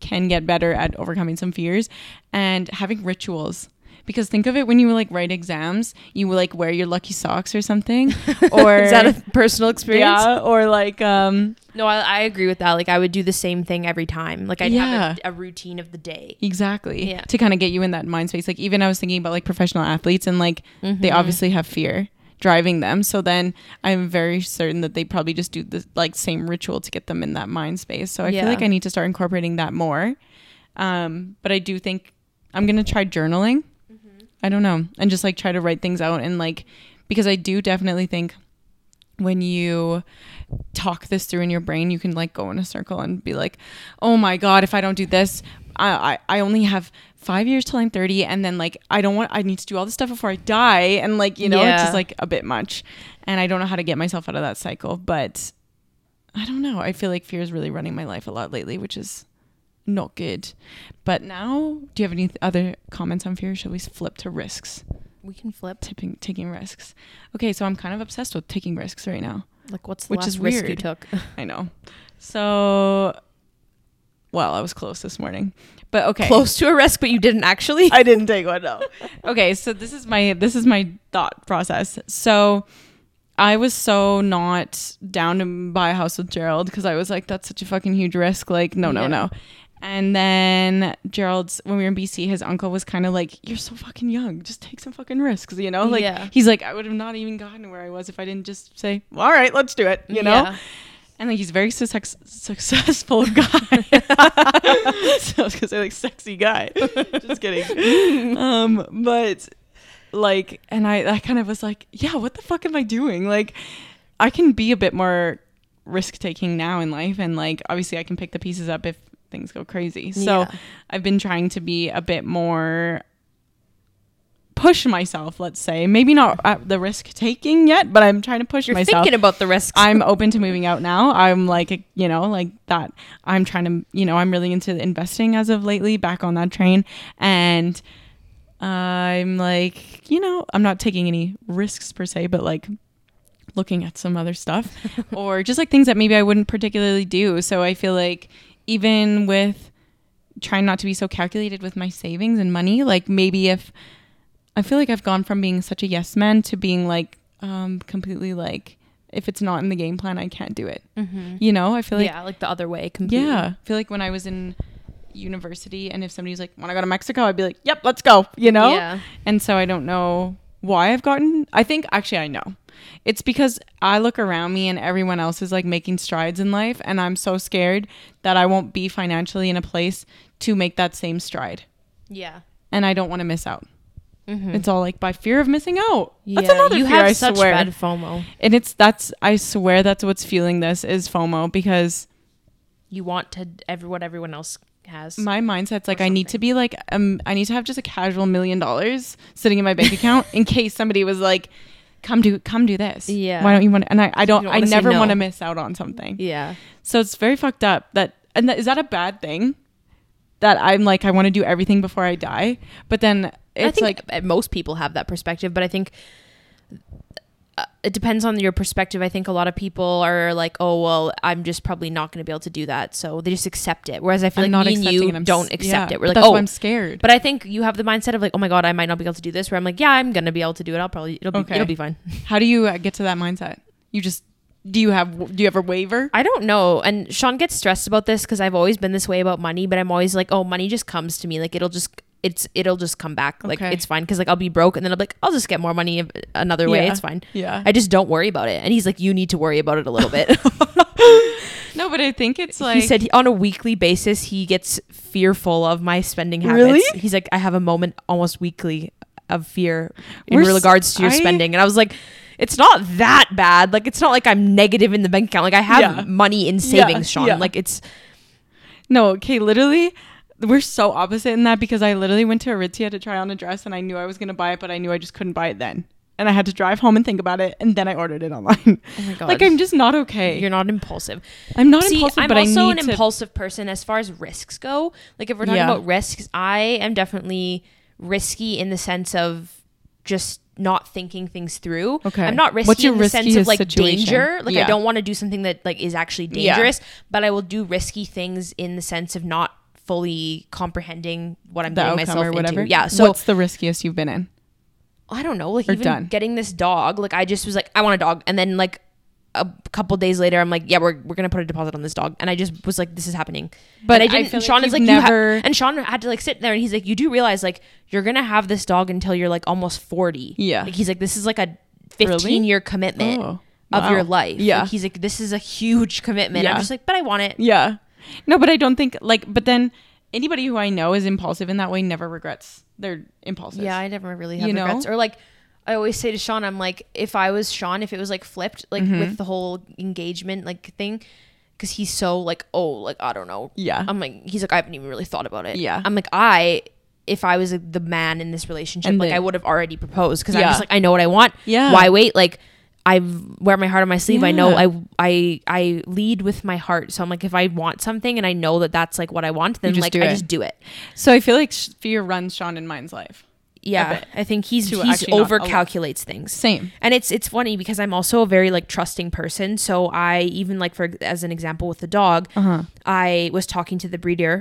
Speaker 2: can get better at overcoming some fears and having rituals. Because think of it when you like write exams, you will like wear your lucky socks or something, or
Speaker 1: is that a personal experience?
Speaker 2: yeah, or like um
Speaker 1: No, I, I agree with that. Like, I would do the same thing every time. Like, I'd
Speaker 2: Yeah.
Speaker 1: have a, a routine of the day.
Speaker 2: exactly
Speaker 1: Yeah.
Speaker 2: to kind of get you in that mind space. Like even I was thinking about like professional athletes and like they
Speaker 1: Mm-hmm.
Speaker 2: obviously have fear driving them. So then I'm very certain that they probably just do the like same ritual to get them in that mind space. So I
Speaker 1: Yeah.
Speaker 2: feel like I need to start incorporating that more. Um, but I do think I'm gonna try journaling.
Speaker 1: Mm-hmm.
Speaker 2: I don't know, and just like try to write things out and like because I do definitely think when you talk this through in your brain, you can like go in a circle and be like, oh my God, if I don't do this, I, I, I only have five years till I'm 30. And then like, I don't want, I need to do all this stuff before I die. And like, you know, it's
Speaker 1: Yeah.
Speaker 2: just like a bit much. And I don't know how to get myself out of that cycle. But I don't know. I feel like fear is really running my life a lot lately, which is not good. But now, do you have any th- other comments on fear? Shall we flip to risks?
Speaker 1: We can flip.
Speaker 2: Tipping, taking risks. Okay, so I'm kind of obsessed with taking risks right now.
Speaker 1: Like, what's the
Speaker 2: Which
Speaker 1: last
Speaker 2: is
Speaker 1: risk you
Speaker 2: weird.
Speaker 1: took?
Speaker 2: I know. So, well, I was close this morning, but okay.
Speaker 1: Close to a risk, but you didn't actually.
Speaker 2: I didn't take one. No. okay, so this is my this is my thought process. So, I was so not down to buy a house with Gerald because I was like, that's such a fucking huge risk. Like, no, no,
Speaker 1: Yeah.
Speaker 2: no. And then Gerald's when we were in BC, his uncle was kind of like, "You're so fucking young. Just take some fucking risks, you know." Like
Speaker 1: Yeah.
Speaker 2: he's like, "I would have not even gotten where I was if I didn't just say, well, all right, let's do it,' you know."
Speaker 1: Yeah.
Speaker 2: and like he's a very success successful guy. so I was gonna say like sexy guy. Just kidding. Um, but like, and I, I kind of was like, yeah, what the fuck am I doing? Like, I can be a bit more risk taking now in life, and like obviously I can pick the pieces up if things go crazy. So
Speaker 1: Yeah.
Speaker 2: I've been trying to be a bit more push myself. Let's say maybe not at the risk taking yet, but I'm trying to push
Speaker 1: You're
Speaker 2: myself.
Speaker 1: thinking about the risks.
Speaker 2: I'm open to moving out now. I'm like, you know, like that. I'm trying to, you know, I'm really into investing as of lately, back on that train. And I'm like, you know, I'm not taking any risks per se, but like looking at some other stuff or just like things that maybe I wouldn't particularly do. So I feel like even with trying not to be so calculated with my savings and money, like maybe if I feel like I've gone from being such a yes man to being like um completely like if it's not in the game plan, I can't do it.
Speaker 1: Mhm.
Speaker 2: You know, I feel like
Speaker 1: yeah, like the other way completely.
Speaker 2: yeah, I feel like when I was in university and if somebody was like, "Want to go to Mexico?" I'd be like, "Yep, let's go." You know?
Speaker 1: Yeah.
Speaker 2: And so I don't know why I've gotten. I think actually I know. It's because I look around me and everyone else is like making strides in life, and I'm so scared that I won't be financially in a place to make that same stride,
Speaker 1: Yeah.
Speaker 2: and I don't want to miss out. It's all like by fear of missing out. That's
Speaker 1: Mm-hmm. Yeah,
Speaker 2: another
Speaker 1: You
Speaker 2: fear.
Speaker 1: have
Speaker 2: I
Speaker 1: such
Speaker 2: swear.
Speaker 1: bad FOMO.
Speaker 2: and it's that's I swear that's what's fueling this is FOMO because
Speaker 1: You want to every what everyone else has.
Speaker 2: my mindset's like I need to be like um I need to have just a casual million dollars sitting in my bank account in case somebody was like come do come do this
Speaker 1: Yeah.
Speaker 2: why don't you want and I I don't,
Speaker 1: don't
Speaker 2: I
Speaker 1: wanna say
Speaker 2: never
Speaker 1: no.
Speaker 2: want to miss out on something
Speaker 1: yeah.
Speaker 2: so it's very fucked up that and that, is that a bad thing that I'm like I want to do everything before I die but then
Speaker 1: I
Speaker 2: it's
Speaker 1: think uh,
Speaker 2: like
Speaker 1: most people have that perspective, but I think uh, it depends on your perspective. I think a lot of people are like, "Oh, well, I'm just probably not going to be able to do that," so they just accept it. Whereas I feel like me and you
Speaker 2: and I'm s-
Speaker 1: don't accept
Speaker 2: yeah,
Speaker 1: it. We're
Speaker 2: but
Speaker 1: like,
Speaker 2: that's
Speaker 1: "Oh,
Speaker 2: why I'm scared.
Speaker 1: But I think you have the mindset of like, "Oh my god, I might not be able to do this." Where I'm like, "Yeah, I'm going to be able to do it. I'll probably it'll be
Speaker 2: Okay.
Speaker 1: it'll be fine."
Speaker 2: How do you uh, get to that mindset? You just do you have do you ever waver?
Speaker 1: I don't know. And Sean gets stressed about this because I've always been this way about money, but I'm always like, oh, money just comes to me. Like it'll just it's it'll just come back. Like
Speaker 2: Okay.
Speaker 1: it's fine because like I'll be broke and then I'll be like, I'll just get more money if- another way.
Speaker 2: Yeah.
Speaker 1: It's fine.
Speaker 2: Yeah.
Speaker 1: I just don't worry about it. And he's like, you need to worry about it a little bit.
Speaker 2: no, but I think it's
Speaker 1: he said he- on a weekly basis he gets fearful of my spending habits.
Speaker 2: Really?
Speaker 1: He's like, I have a moment almost weekly of fear in
Speaker 2: We're s-
Speaker 1: regards to your
Speaker 2: I-
Speaker 1: spending. And I was like, it's not that bad. Like it's not like I'm negative in the bank account. Like I have
Speaker 2: Yeah.
Speaker 1: money in
Speaker 2: Yeah,
Speaker 1: savings, Sean.
Speaker 2: yeah.
Speaker 1: Like it's
Speaker 2: No, okay, literally, we're so opposite in that because I literally went to Aritzia to try on a dress and I knew I was going to buy it, but I knew I just couldn't buy it then. And I had to drive home and think about it, and then I ordered it online.
Speaker 1: Oh my God.
Speaker 2: Like, I'm just not okay.
Speaker 1: You're not impulsive.
Speaker 2: I'm not
Speaker 1: See,
Speaker 2: impulsive,
Speaker 1: I'm
Speaker 2: but I
Speaker 1: also
Speaker 2: need
Speaker 1: an
Speaker 2: to.
Speaker 1: impulsive person as far as risks go. Like if we're talking
Speaker 2: Yeah.
Speaker 1: about risks, I am definitely risky in the sense of just not thinking things through.
Speaker 2: Okay.
Speaker 1: I'm not risky
Speaker 2: What's your
Speaker 1: in the sense of
Speaker 2: riskiest
Speaker 1: like
Speaker 2: situation?
Speaker 1: danger. Like
Speaker 2: Yeah.
Speaker 1: I don't want to do something that like is actually
Speaker 2: Yeah.
Speaker 1: dangerous, but I will do risky things in the sense of not fully comprehending what I'm
Speaker 2: the
Speaker 1: getting
Speaker 2: outcome
Speaker 1: myself
Speaker 2: or whatever.
Speaker 1: into. Yeah. So
Speaker 2: what's the riskiest you've been in?
Speaker 1: I don't know, like
Speaker 2: Or
Speaker 1: even
Speaker 2: done.
Speaker 1: getting this dog, like I just was like, I want a dog, and then like a couple days later, I'm like, yeah, we're, we're gonna put a deposit on this dog, and I just was like, this is happening,
Speaker 2: But
Speaker 1: but I
Speaker 2: I
Speaker 1: didn't.
Speaker 2: feel
Speaker 1: Sean
Speaker 2: like
Speaker 1: is like,
Speaker 2: you've
Speaker 1: you
Speaker 2: never-
Speaker 1: ha-, and Sean had to like sit there, and he's like, you do realize like you're gonna have this dog until you're like almost forty,
Speaker 2: Yeah.
Speaker 1: Like he's like, this is like a
Speaker 2: Really?
Speaker 1: 15 year commitment
Speaker 2: Oh,
Speaker 1: of your
Speaker 2: wow.
Speaker 1: life,
Speaker 2: Yeah.
Speaker 1: Like, he's like, this is a huge commitment. I'm
Speaker 2: Yeah.
Speaker 1: just like, but I want it.
Speaker 2: Yeah. No, but I don't think like. But then anybody who I know is impulsive in that way never regrets their impulses.
Speaker 1: Yeah, I never really have
Speaker 2: You know?
Speaker 1: regrets. Or like I always say to Sean, I'm like, if I was Sean, if it was like flipped, like
Speaker 2: Mm-hmm.
Speaker 1: with the whole engagement like thing, because he's so like, oh, like I don't know.
Speaker 2: Yeah.
Speaker 1: I'm like, he's like, I haven't even really thought about it.
Speaker 2: Yeah.
Speaker 1: I'm like, I. If I was like, the man in this relationship,
Speaker 2: And
Speaker 1: like
Speaker 2: the-
Speaker 1: I would have already proposed because I'm
Speaker 2: Yeah.
Speaker 1: just like I know what I want.
Speaker 2: Yeah.
Speaker 1: Why wait? Like I wear my heart on my sleeve. I know
Speaker 2: Yeah.
Speaker 1: I I I lead with my heart. So I'm like if I want something and I know that that's like what I want, then
Speaker 2: just
Speaker 1: like
Speaker 2: do
Speaker 1: I
Speaker 2: it.
Speaker 1: just do it.
Speaker 2: So I feel like sh- fear runs Sean and mine's life.
Speaker 1: Yeah,
Speaker 2: bit.
Speaker 1: I think he's
Speaker 2: To
Speaker 1: he's
Speaker 2: actually not
Speaker 1: over
Speaker 2: a lot.
Speaker 1: calculates things.
Speaker 2: Same.
Speaker 1: And it's it's funny because I'm also a very like trusting person. So I even like for as an example with the dog,
Speaker 2: Uh-huh.
Speaker 1: I was talking to the breeder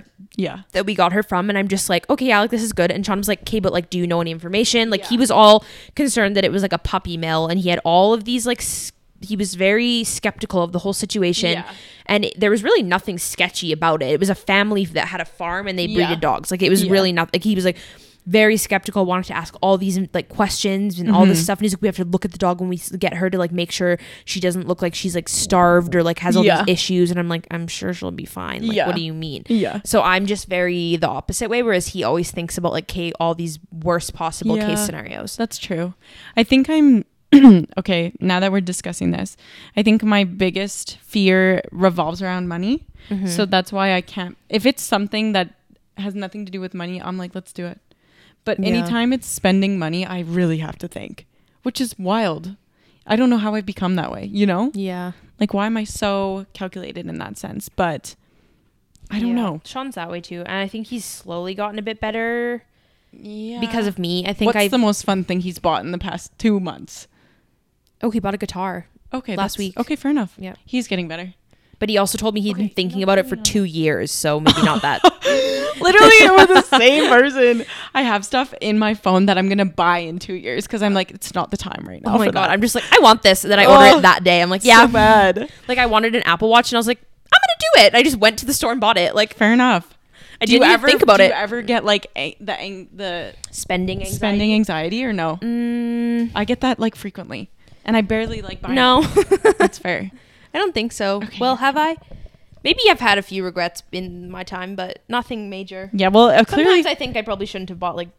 Speaker 2: Yeah.
Speaker 1: that we got her from, and I'm just like, okay, Alec, this is good. And Sean was like, okay, but like, do you know any information? Like he was all concerned that it was like a puppy mill, and he had all of these like. s he was very skeptical of the whole situation
Speaker 2: Yeah.
Speaker 1: and it, there was really nothing sketchy about it it was a family that had a farm and they breeded
Speaker 2: Yeah.
Speaker 1: dogs like it was
Speaker 2: Yeah.
Speaker 1: really not like he was like very skeptical wanted to ask all these like questions and all
Speaker 2: Mm-hmm.
Speaker 1: this stuff and he's like we have to look at the dog when we s- get her to like make sure she doesn't look like she's like starved or like has all
Speaker 2: Yeah.
Speaker 1: these issues and i'm like i'm sure she'll be fine like
Speaker 2: Yeah.
Speaker 1: what do you mean
Speaker 2: Yeah.
Speaker 1: so i'm just very the opposite way whereas he always thinks about like okay all these worst possible
Speaker 2: Yeah.
Speaker 1: case scenarios
Speaker 2: That's true. I think I'm okay. Now that we're discussing this, I think my biggest fear revolves around money. So that's why I can't. If it's something that has nothing to do with money, I'm like, let's do it. But
Speaker 1: Yeah.
Speaker 2: anytime it's spending money, I really have to think, which is wild. I don't know how I've become that way, you know?
Speaker 1: yeah
Speaker 2: Like, why am I so calculated in that sense? But I don't know.
Speaker 1: sean's that way too and i think he's slowly gotten a bit better
Speaker 2: Yeah.
Speaker 1: because of me i think
Speaker 2: What's
Speaker 1: i
Speaker 2: the most fun thing he's bought in the past two months?
Speaker 1: oh he bought a guitar
Speaker 2: Okay,
Speaker 1: Last
Speaker 2: that's-
Speaker 1: week.
Speaker 2: Okay, fair enough.
Speaker 1: Yeah.
Speaker 2: he's getting better.
Speaker 1: but he also told me he'd been
Speaker 2: Okay,
Speaker 1: thinking
Speaker 2: no,
Speaker 1: about it
Speaker 2: no,
Speaker 1: for
Speaker 2: no.
Speaker 1: two years so maybe not that Oh
Speaker 2: Literally, we're the same person. I have stuff in my phone that I'm gonna buy in two years because I'm like, it's not the time right now.
Speaker 1: Oh my
Speaker 2: for
Speaker 1: god,
Speaker 2: that.
Speaker 1: I'm just like, I want this. And then I order
Speaker 2: Oh,
Speaker 1: it that day. I'm like,
Speaker 2: so
Speaker 1: yeah.
Speaker 2: bad.
Speaker 1: like I wanted an Apple Watch and I was like, I'm gonna do it. I just went to the store and bought it. Like
Speaker 2: Fair enough.
Speaker 1: I didn't even think about
Speaker 2: do
Speaker 1: it.
Speaker 2: you ever get like a- the ang- the
Speaker 1: spending anxiety.
Speaker 2: spending anxiety or no?
Speaker 1: Mm,
Speaker 2: I get that like frequently, and I barely like buy.
Speaker 1: no.
Speaker 2: it. that's fair.
Speaker 1: I don't think so.
Speaker 2: Okay.
Speaker 1: Well, have I? Maybe I've had a few regrets in my time, but nothing major.
Speaker 2: Yeah, well, uh,
Speaker 1: Sometimes
Speaker 2: clearly,
Speaker 1: I think I probably shouldn't have bought like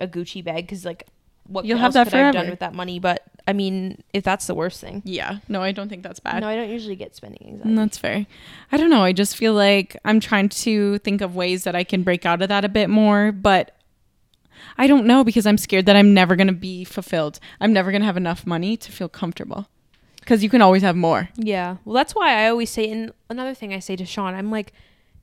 Speaker 1: a Gucci bag because like what
Speaker 2: You'll
Speaker 1: else
Speaker 2: have that
Speaker 1: could I have done
Speaker 2: forever.
Speaker 1: with that money? But I mean, if that's the worst thing.
Speaker 2: yeah. No, I don't think that's bad.
Speaker 1: No, I don't usually get spending anxiety.
Speaker 2: Mm, That's fair. I don't know. I just feel like I'm trying to think of ways that I can break out of that a bit more, but I don't know because I'm scared that I'm never going to be fulfilled. I'm never going to have enough money to feel comfortable because you can always have more.
Speaker 1: Yeah. Well, that's why I always say, and another thing I say to Sean, I'm like,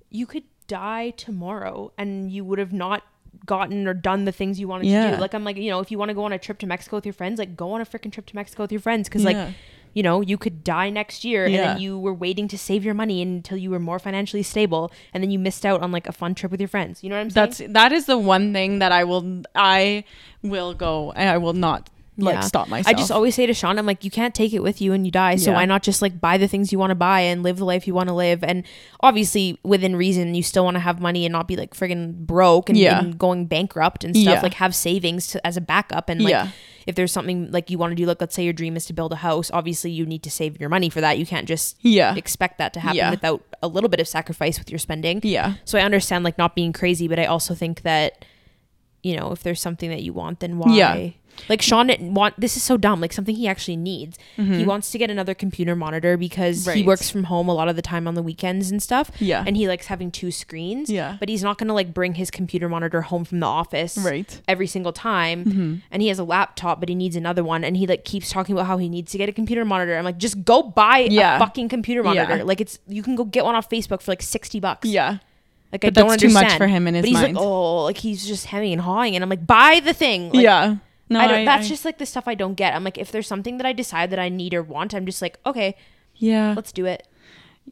Speaker 1: you could die tomorrow and you would have not gotten or done the things you wanted to
Speaker 2: Yeah.
Speaker 1: do. Like I'm like, you know, if you want to go on a trip to Mexico with your friends, like go on a freaking trip to Mexico with your friends cuz
Speaker 2: Yeah.
Speaker 1: like you know, you could die next year and
Speaker 2: Yeah.
Speaker 1: then you were waiting to save your money until you were more financially stable and then you missed out on like a fun trip with your friends. You know what I'm saying?
Speaker 2: That's that is the one thing that I will I will go and I will not like
Speaker 1: Yeah.
Speaker 2: stop myself.
Speaker 1: I just always say to Sean, I'm like, you can't take it with you and you die. So
Speaker 2: Yeah.
Speaker 1: why not just like buy the things you want to buy and live the life you want to live? And obviously, within reason, you still want to have money and not be like friggin' broke and,
Speaker 2: Yeah.
Speaker 1: and going bankrupt and stuff.
Speaker 2: Yeah.
Speaker 1: Like have savings to, as a backup. And like,
Speaker 2: Yeah.
Speaker 1: if there's something like you want to do, like let's say your dream is to build a house, obviously you need to save your money for that. You can't just
Speaker 2: yeah.
Speaker 1: expect that to happen
Speaker 2: Yeah.
Speaker 1: without a little bit of sacrifice with your spending.
Speaker 2: Yeah.
Speaker 1: So I understand like not being crazy, but I also think that you know if there's something that you want, then why?
Speaker 2: Yeah.
Speaker 1: Like Sean didn't want this is so dumb. Like something he actually needs. He wants to get another computer monitor because he
Speaker 2: Mm-hmm. Right.
Speaker 1: works from home a lot of the time on the weekends and stuff.
Speaker 2: Yeah.
Speaker 1: and he likes having two screens.
Speaker 2: Yeah.
Speaker 1: but he's not gonna like bring his computer monitor home from the office
Speaker 2: Right. Mm-hmm.
Speaker 1: every single time. And he has a laptop, but he needs another one. And he like keeps talking about how he needs to get a computer monitor. I'm like, just go buy
Speaker 2: Yeah.
Speaker 1: a fucking computer
Speaker 2: Yeah.
Speaker 1: monitor. Like it's you can go get one off Facebook for like sixty bucks.
Speaker 2: Yeah.
Speaker 1: Like I
Speaker 2: But
Speaker 1: don't
Speaker 2: that's too much
Speaker 1: understand.
Speaker 2: for him in his
Speaker 1: but he's
Speaker 2: mind.
Speaker 1: like, oh, like he's just hemming and hawing, and I'm like, buy the thing. Like,
Speaker 2: yeah. No,
Speaker 1: I don't, that's
Speaker 2: I-
Speaker 1: just like the stuff I don't get. I'm like, if there's something that I decide that I need or want, I'm just like, okay,
Speaker 2: yeah.
Speaker 1: let's do it.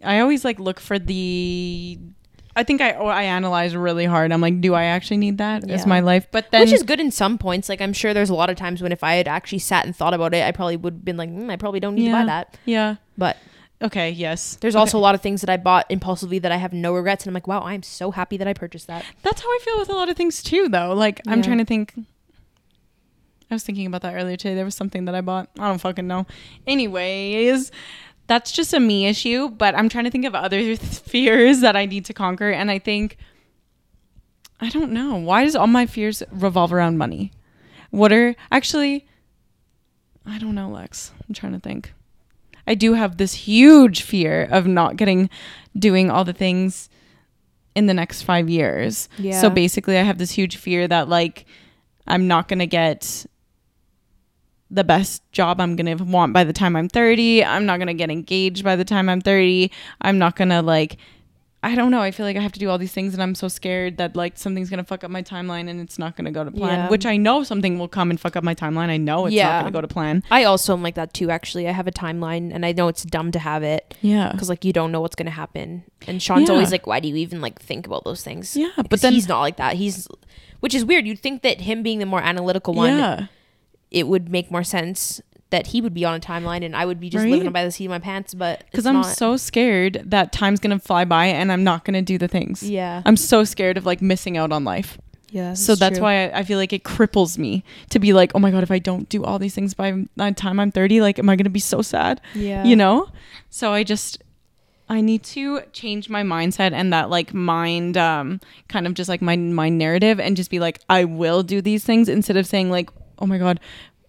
Speaker 2: I always like look for the. I think I oh, I analyze really hard. I'm like, do I actually need that? Is
Speaker 1: Yeah.
Speaker 2: my life? But then
Speaker 1: Which is good in some points. Like I'm sure there's a lot of times when if I had actually sat and thought about it, I probably would have been like, mm, I probably don't need
Speaker 2: yeah,
Speaker 1: to buy that.
Speaker 2: Yeah.
Speaker 1: But
Speaker 2: Okay. Yes.
Speaker 1: there's also a lot of things that I bought impulsively that I have no regrets, and I'm like, wow, I'm so happy that I purchased that.
Speaker 2: That's how I feel with a lot of things too, though. Like I'm
Speaker 1: Yeah.
Speaker 2: trying to think. I was thinking about that earlier today. There was something that I bought. I don't fucking know. Anyways, that's just a me issue. But I'm trying to think of other fears that I need to conquer, and I think I don't know why does all my fears revolve around money. What are actually? I don't know, Lex. I'm trying to think. I do have this huge fear of not getting doing all the things in the next five years.
Speaker 1: Yeah.
Speaker 2: So basically, I have this huge fear that like I'm not gonna get the best job I'm gonna want by the time I'm 30. I'm not gonna get engaged by the time I'm 30. I'm not gonna like. I don't know. I feel like I have to do all these things, and I'm so scared that like something's gonna fuck up my timeline, and it's not gonna go to plan.
Speaker 1: Yeah.
Speaker 2: Which I know something will come and fuck up my timeline. I know it's
Speaker 1: Yeah.
Speaker 2: not gonna go to plan.
Speaker 1: I also am like that too. Actually, I have a timeline, and I know it's dumb to have it.
Speaker 2: Yeah.
Speaker 1: because like you don't know what's gonna happen. And Sean's
Speaker 2: Yeah.
Speaker 1: always like, why do you even like think about those things?
Speaker 2: Yeah, but
Speaker 1: Because
Speaker 2: then-
Speaker 1: he's not like that. He's, which is weird. You'd think that him being the more analytical one,
Speaker 2: Yeah.
Speaker 1: it would make more sense that he would be on a timeline and I would be just
Speaker 2: Right?
Speaker 1: living by the seat of my pants. But
Speaker 2: Because
Speaker 1: it's
Speaker 2: I'm
Speaker 1: not.
Speaker 2: so scared that time's gonna fly by and I'm not gonna do the things.
Speaker 1: yeah,
Speaker 2: I'm so scared of like missing out on life.
Speaker 1: yeah.
Speaker 2: so that's why I, I feel like it cripples me to be like, oh my god, if I don't do all these things by the time I'm 30, like, am I gonna be so sad?
Speaker 1: yeah,
Speaker 2: You know? So I just I need to change my mindset and that like mind um kind of just like my my narrative and just be like, I will do these things instead of saying like, oh my god,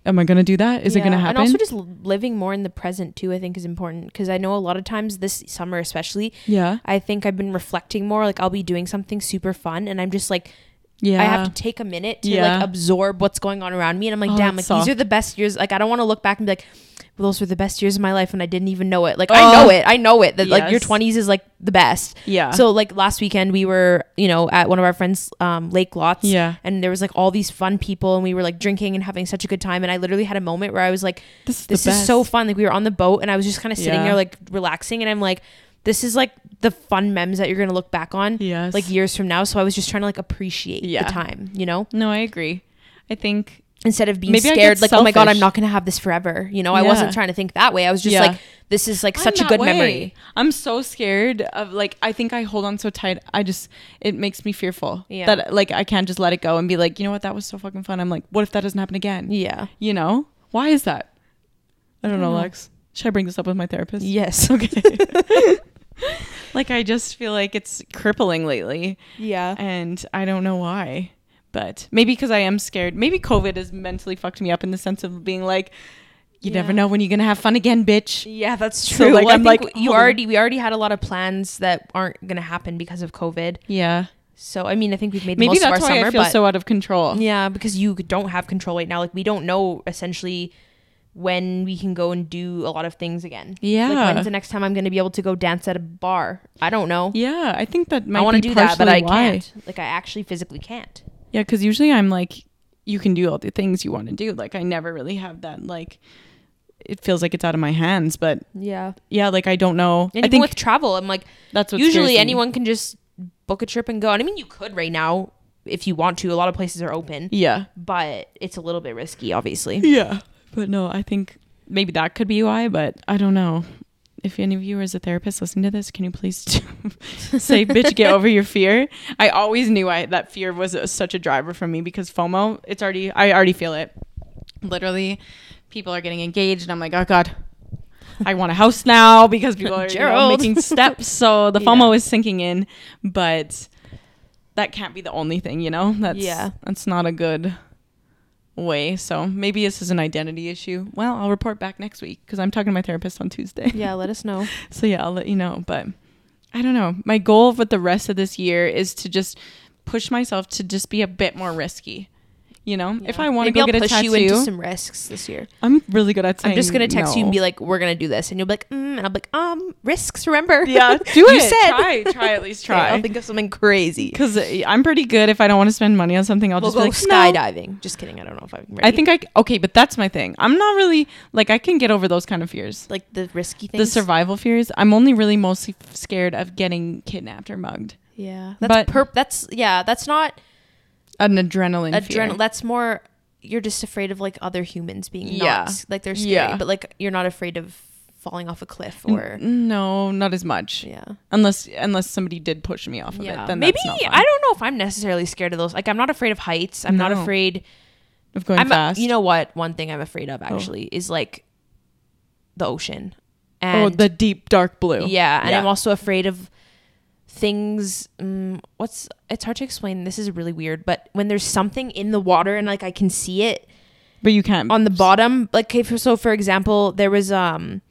Speaker 2: am I gonna do that? Is it gonna
Speaker 1: Yeah.
Speaker 2: happen?
Speaker 1: And also just living more in the present too. I think is important because I know a lot of times this summer, especially,
Speaker 2: yeah.
Speaker 1: I think I've been reflecting more. Like I'll be doing something super fun, and I'm just like.
Speaker 2: Yeah.
Speaker 1: I have to take a minute to
Speaker 2: Yeah.
Speaker 1: like absorb what's going on around me. And I'm like,
Speaker 2: Oh,
Speaker 1: damn, like
Speaker 2: that's
Speaker 1: these are
Speaker 2: soft.
Speaker 1: the best years. Like I don't want to look back and be like, well, those were the best years of my life and I didn't even know it. Like I
Speaker 2: Oh.
Speaker 1: know it. I know it that like your
Speaker 2: Yes.
Speaker 1: 20s is like the best.
Speaker 2: Yeah.
Speaker 1: So like last weekend we were, you know, at one of our friends um Lake Lots
Speaker 2: Yeah.
Speaker 1: and there was like all these fun people and we were like drinking and having such a good time and I literally had a moment where I was like
Speaker 2: This is, the
Speaker 1: this is so
Speaker 2: best.
Speaker 1: fun. Like we were on the boat and I was just kind of sitting
Speaker 2: Yeah.
Speaker 1: there like relaxing and I'm like this is like the fun memes that you're going to look back on
Speaker 2: Yes.
Speaker 1: like years from now. So I was just trying to like appreciate
Speaker 2: Yeah.
Speaker 1: the time, you know?
Speaker 2: No, I agree. I think
Speaker 1: instead of being
Speaker 2: Maybe I
Speaker 1: scared
Speaker 2: get
Speaker 1: like oh my god
Speaker 2: selfish.
Speaker 1: i'm not gonna have this forever you know i
Speaker 2: Yeah.
Speaker 1: wasn't trying to think that way i was just
Speaker 2: Yeah.
Speaker 1: like this is like such a
Speaker 2: I'm
Speaker 1: good
Speaker 2: that way.
Speaker 1: memory
Speaker 2: I'm so scared of like I think I hold on so tight. I just it makes me fearful
Speaker 1: Yeah.
Speaker 2: that like I can't just let it go and be like, you know what, that was so fucking fun. I'm like, what if that doesn't happen again?
Speaker 1: yeah
Speaker 2: You know why is that? I don't,
Speaker 1: don't
Speaker 2: know,
Speaker 1: know.
Speaker 2: Lex. Should I bring this up with my therapist?
Speaker 1: yes okay
Speaker 2: Like I just feel like it's crippling lately,
Speaker 1: yeah
Speaker 2: and I don't know why. But maybe because I am scared. Maybe COVID has mentally fucked me up in the sense of being like, you never
Speaker 1: Yeah.
Speaker 2: know when you're gonna have fun again, bitch.
Speaker 1: yeah that's
Speaker 2: So,
Speaker 1: true
Speaker 2: like,
Speaker 1: like, i
Speaker 2: I'm
Speaker 1: think
Speaker 2: like, "Oh,
Speaker 1: you
Speaker 2: hold on.
Speaker 1: already we already had a lot of plans that aren't gonna happen because of covid
Speaker 2: Yeah.
Speaker 1: so i mean i think we've made the most
Speaker 2: Maybe that's
Speaker 1: of our
Speaker 2: why
Speaker 1: summer
Speaker 2: I feel
Speaker 1: but
Speaker 2: so out of control.
Speaker 1: yeah because you don't have control right now like we don't know essentially when we can go and do a lot of things again
Speaker 2: Yeah.
Speaker 1: like when's the next time i'm gonna be able to go dance at a bar i don't know
Speaker 2: Yeah, I think that might
Speaker 1: I want
Speaker 2: be
Speaker 1: to do that, but I
Speaker 2: partially why.
Speaker 1: can't. Like I actually physically can't.
Speaker 2: Yeah, because usually I'm like, you can do all the things you want to do. Like, I never really have that, like, it feels like it's out of my hands. But
Speaker 1: Yeah.
Speaker 2: yeah, like, I don't know.
Speaker 1: And
Speaker 2: I
Speaker 1: even
Speaker 2: think
Speaker 1: with travel, I'm like,
Speaker 2: that's what scares
Speaker 1: usually
Speaker 2: me.
Speaker 1: anyone can just book a trip and go. And I mean, you could right now if you want to. A lot of places are open,
Speaker 2: Yeah.
Speaker 1: but it's a little bit risky, obviously.
Speaker 2: Yeah. But no, I think maybe that could be why, but I don't know. If any of you as a therapist listening to this, can you please say, bitch, get over your fear? I always knew I that fear was a, such a driver for me because FOMO, it's already, I already feel it. Literally, people are getting engaged, and I'm like, oh God, I want a house now because people are you know,
Speaker 1: Gerald.
Speaker 2: making steps. So the
Speaker 1: Yeah.
Speaker 2: FOMO is sinking in, but that can't be the only thing, you know? That's,
Speaker 1: Yeah.
Speaker 2: That's not a good way. So maybe this is an identity issue. Well, I'll report back next week because I'm talking to my therapist on Tuesday.
Speaker 1: Yeah, let us know.
Speaker 2: So yeah, I'll let you know. But I don't know. My goal with the rest of this year is to just push myself to just be a bit more risky. You know, if I want to
Speaker 1: Maybe
Speaker 2: go
Speaker 1: I'll
Speaker 2: get a
Speaker 1: push
Speaker 2: tattoo,
Speaker 1: you into some risks this year.
Speaker 2: I'm really good at saying.
Speaker 1: I'm just gonna text you and
Speaker 2: no.
Speaker 1: be like, "We're gonna do this," and you'll be like, mm, "And I'll be like, um, risks. Remember?
Speaker 2: yeah, do
Speaker 1: You
Speaker 2: it.
Speaker 1: said-
Speaker 2: Try, try at least
Speaker 1: Okay, I'll
Speaker 2: try.
Speaker 1: think of something crazy.
Speaker 2: Because I'm pretty good. If I don't want to spend money on something, I'll
Speaker 1: We'll
Speaker 2: just
Speaker 1: go
Speaker 2: be like, no,
Speaker 1: skydiving. Just kidding. I don't know if I'm ready.
Speaker 2: I think I c- okay, but that's my thing. I'm not really like I can get over those kind of fears.
Speaker 1: like the risky things.
Speaker 2: the survival fears. I'm only really mostly f- scared of getting kidnapped or mugged.
Speaker 1: Yeah, that's
Speaker 2: But-
Speaker 1: perp. That's yeah. That's not
Speaker 2: An adrenaline fear.
Speaker 1: adrenaline. That's more. You're just afraid of like other humans being
Speaker 2: Yeah.
Speaker 1: not s- like they're scary,
Speaker 2: Yeah.
Speaker 1: but like you're not afraid of falling off a cliff
Speaker 2: N-
Speaker 1: or
Speaker 2: no, not as much.
Speaker 1: yeah.
Speaker 2: Unless unless somebody did push me off of it, then
Speaker 1: Maybe
Speaker 2: that's not fun.
Speaker 1: I don't know if I'm necessarily scared of those. Like I'm not afraid of heights. I'm not
Speaker 2: No.
Speaker 1: afraid.
Speaker 2: of going
Speaker 1: I'm
Speaker 2: fast.
Speaker 1: you know what? One thing I'm afraid of actually is like the ocean.
Speaker 2: oh,
Speaker 1: And
Speaker 2: the deep dark blue.
Speaker 1: Yeah, and
Speaker 2: Yeah.
Speaker 1: I'm also afraid of things. Um, what's it's hard to explain. This is really weird, but when there's something in the water and like I can see it
Speaker 2: but you can't.
Speaker 1: on the bottom, like if, so for example, there was um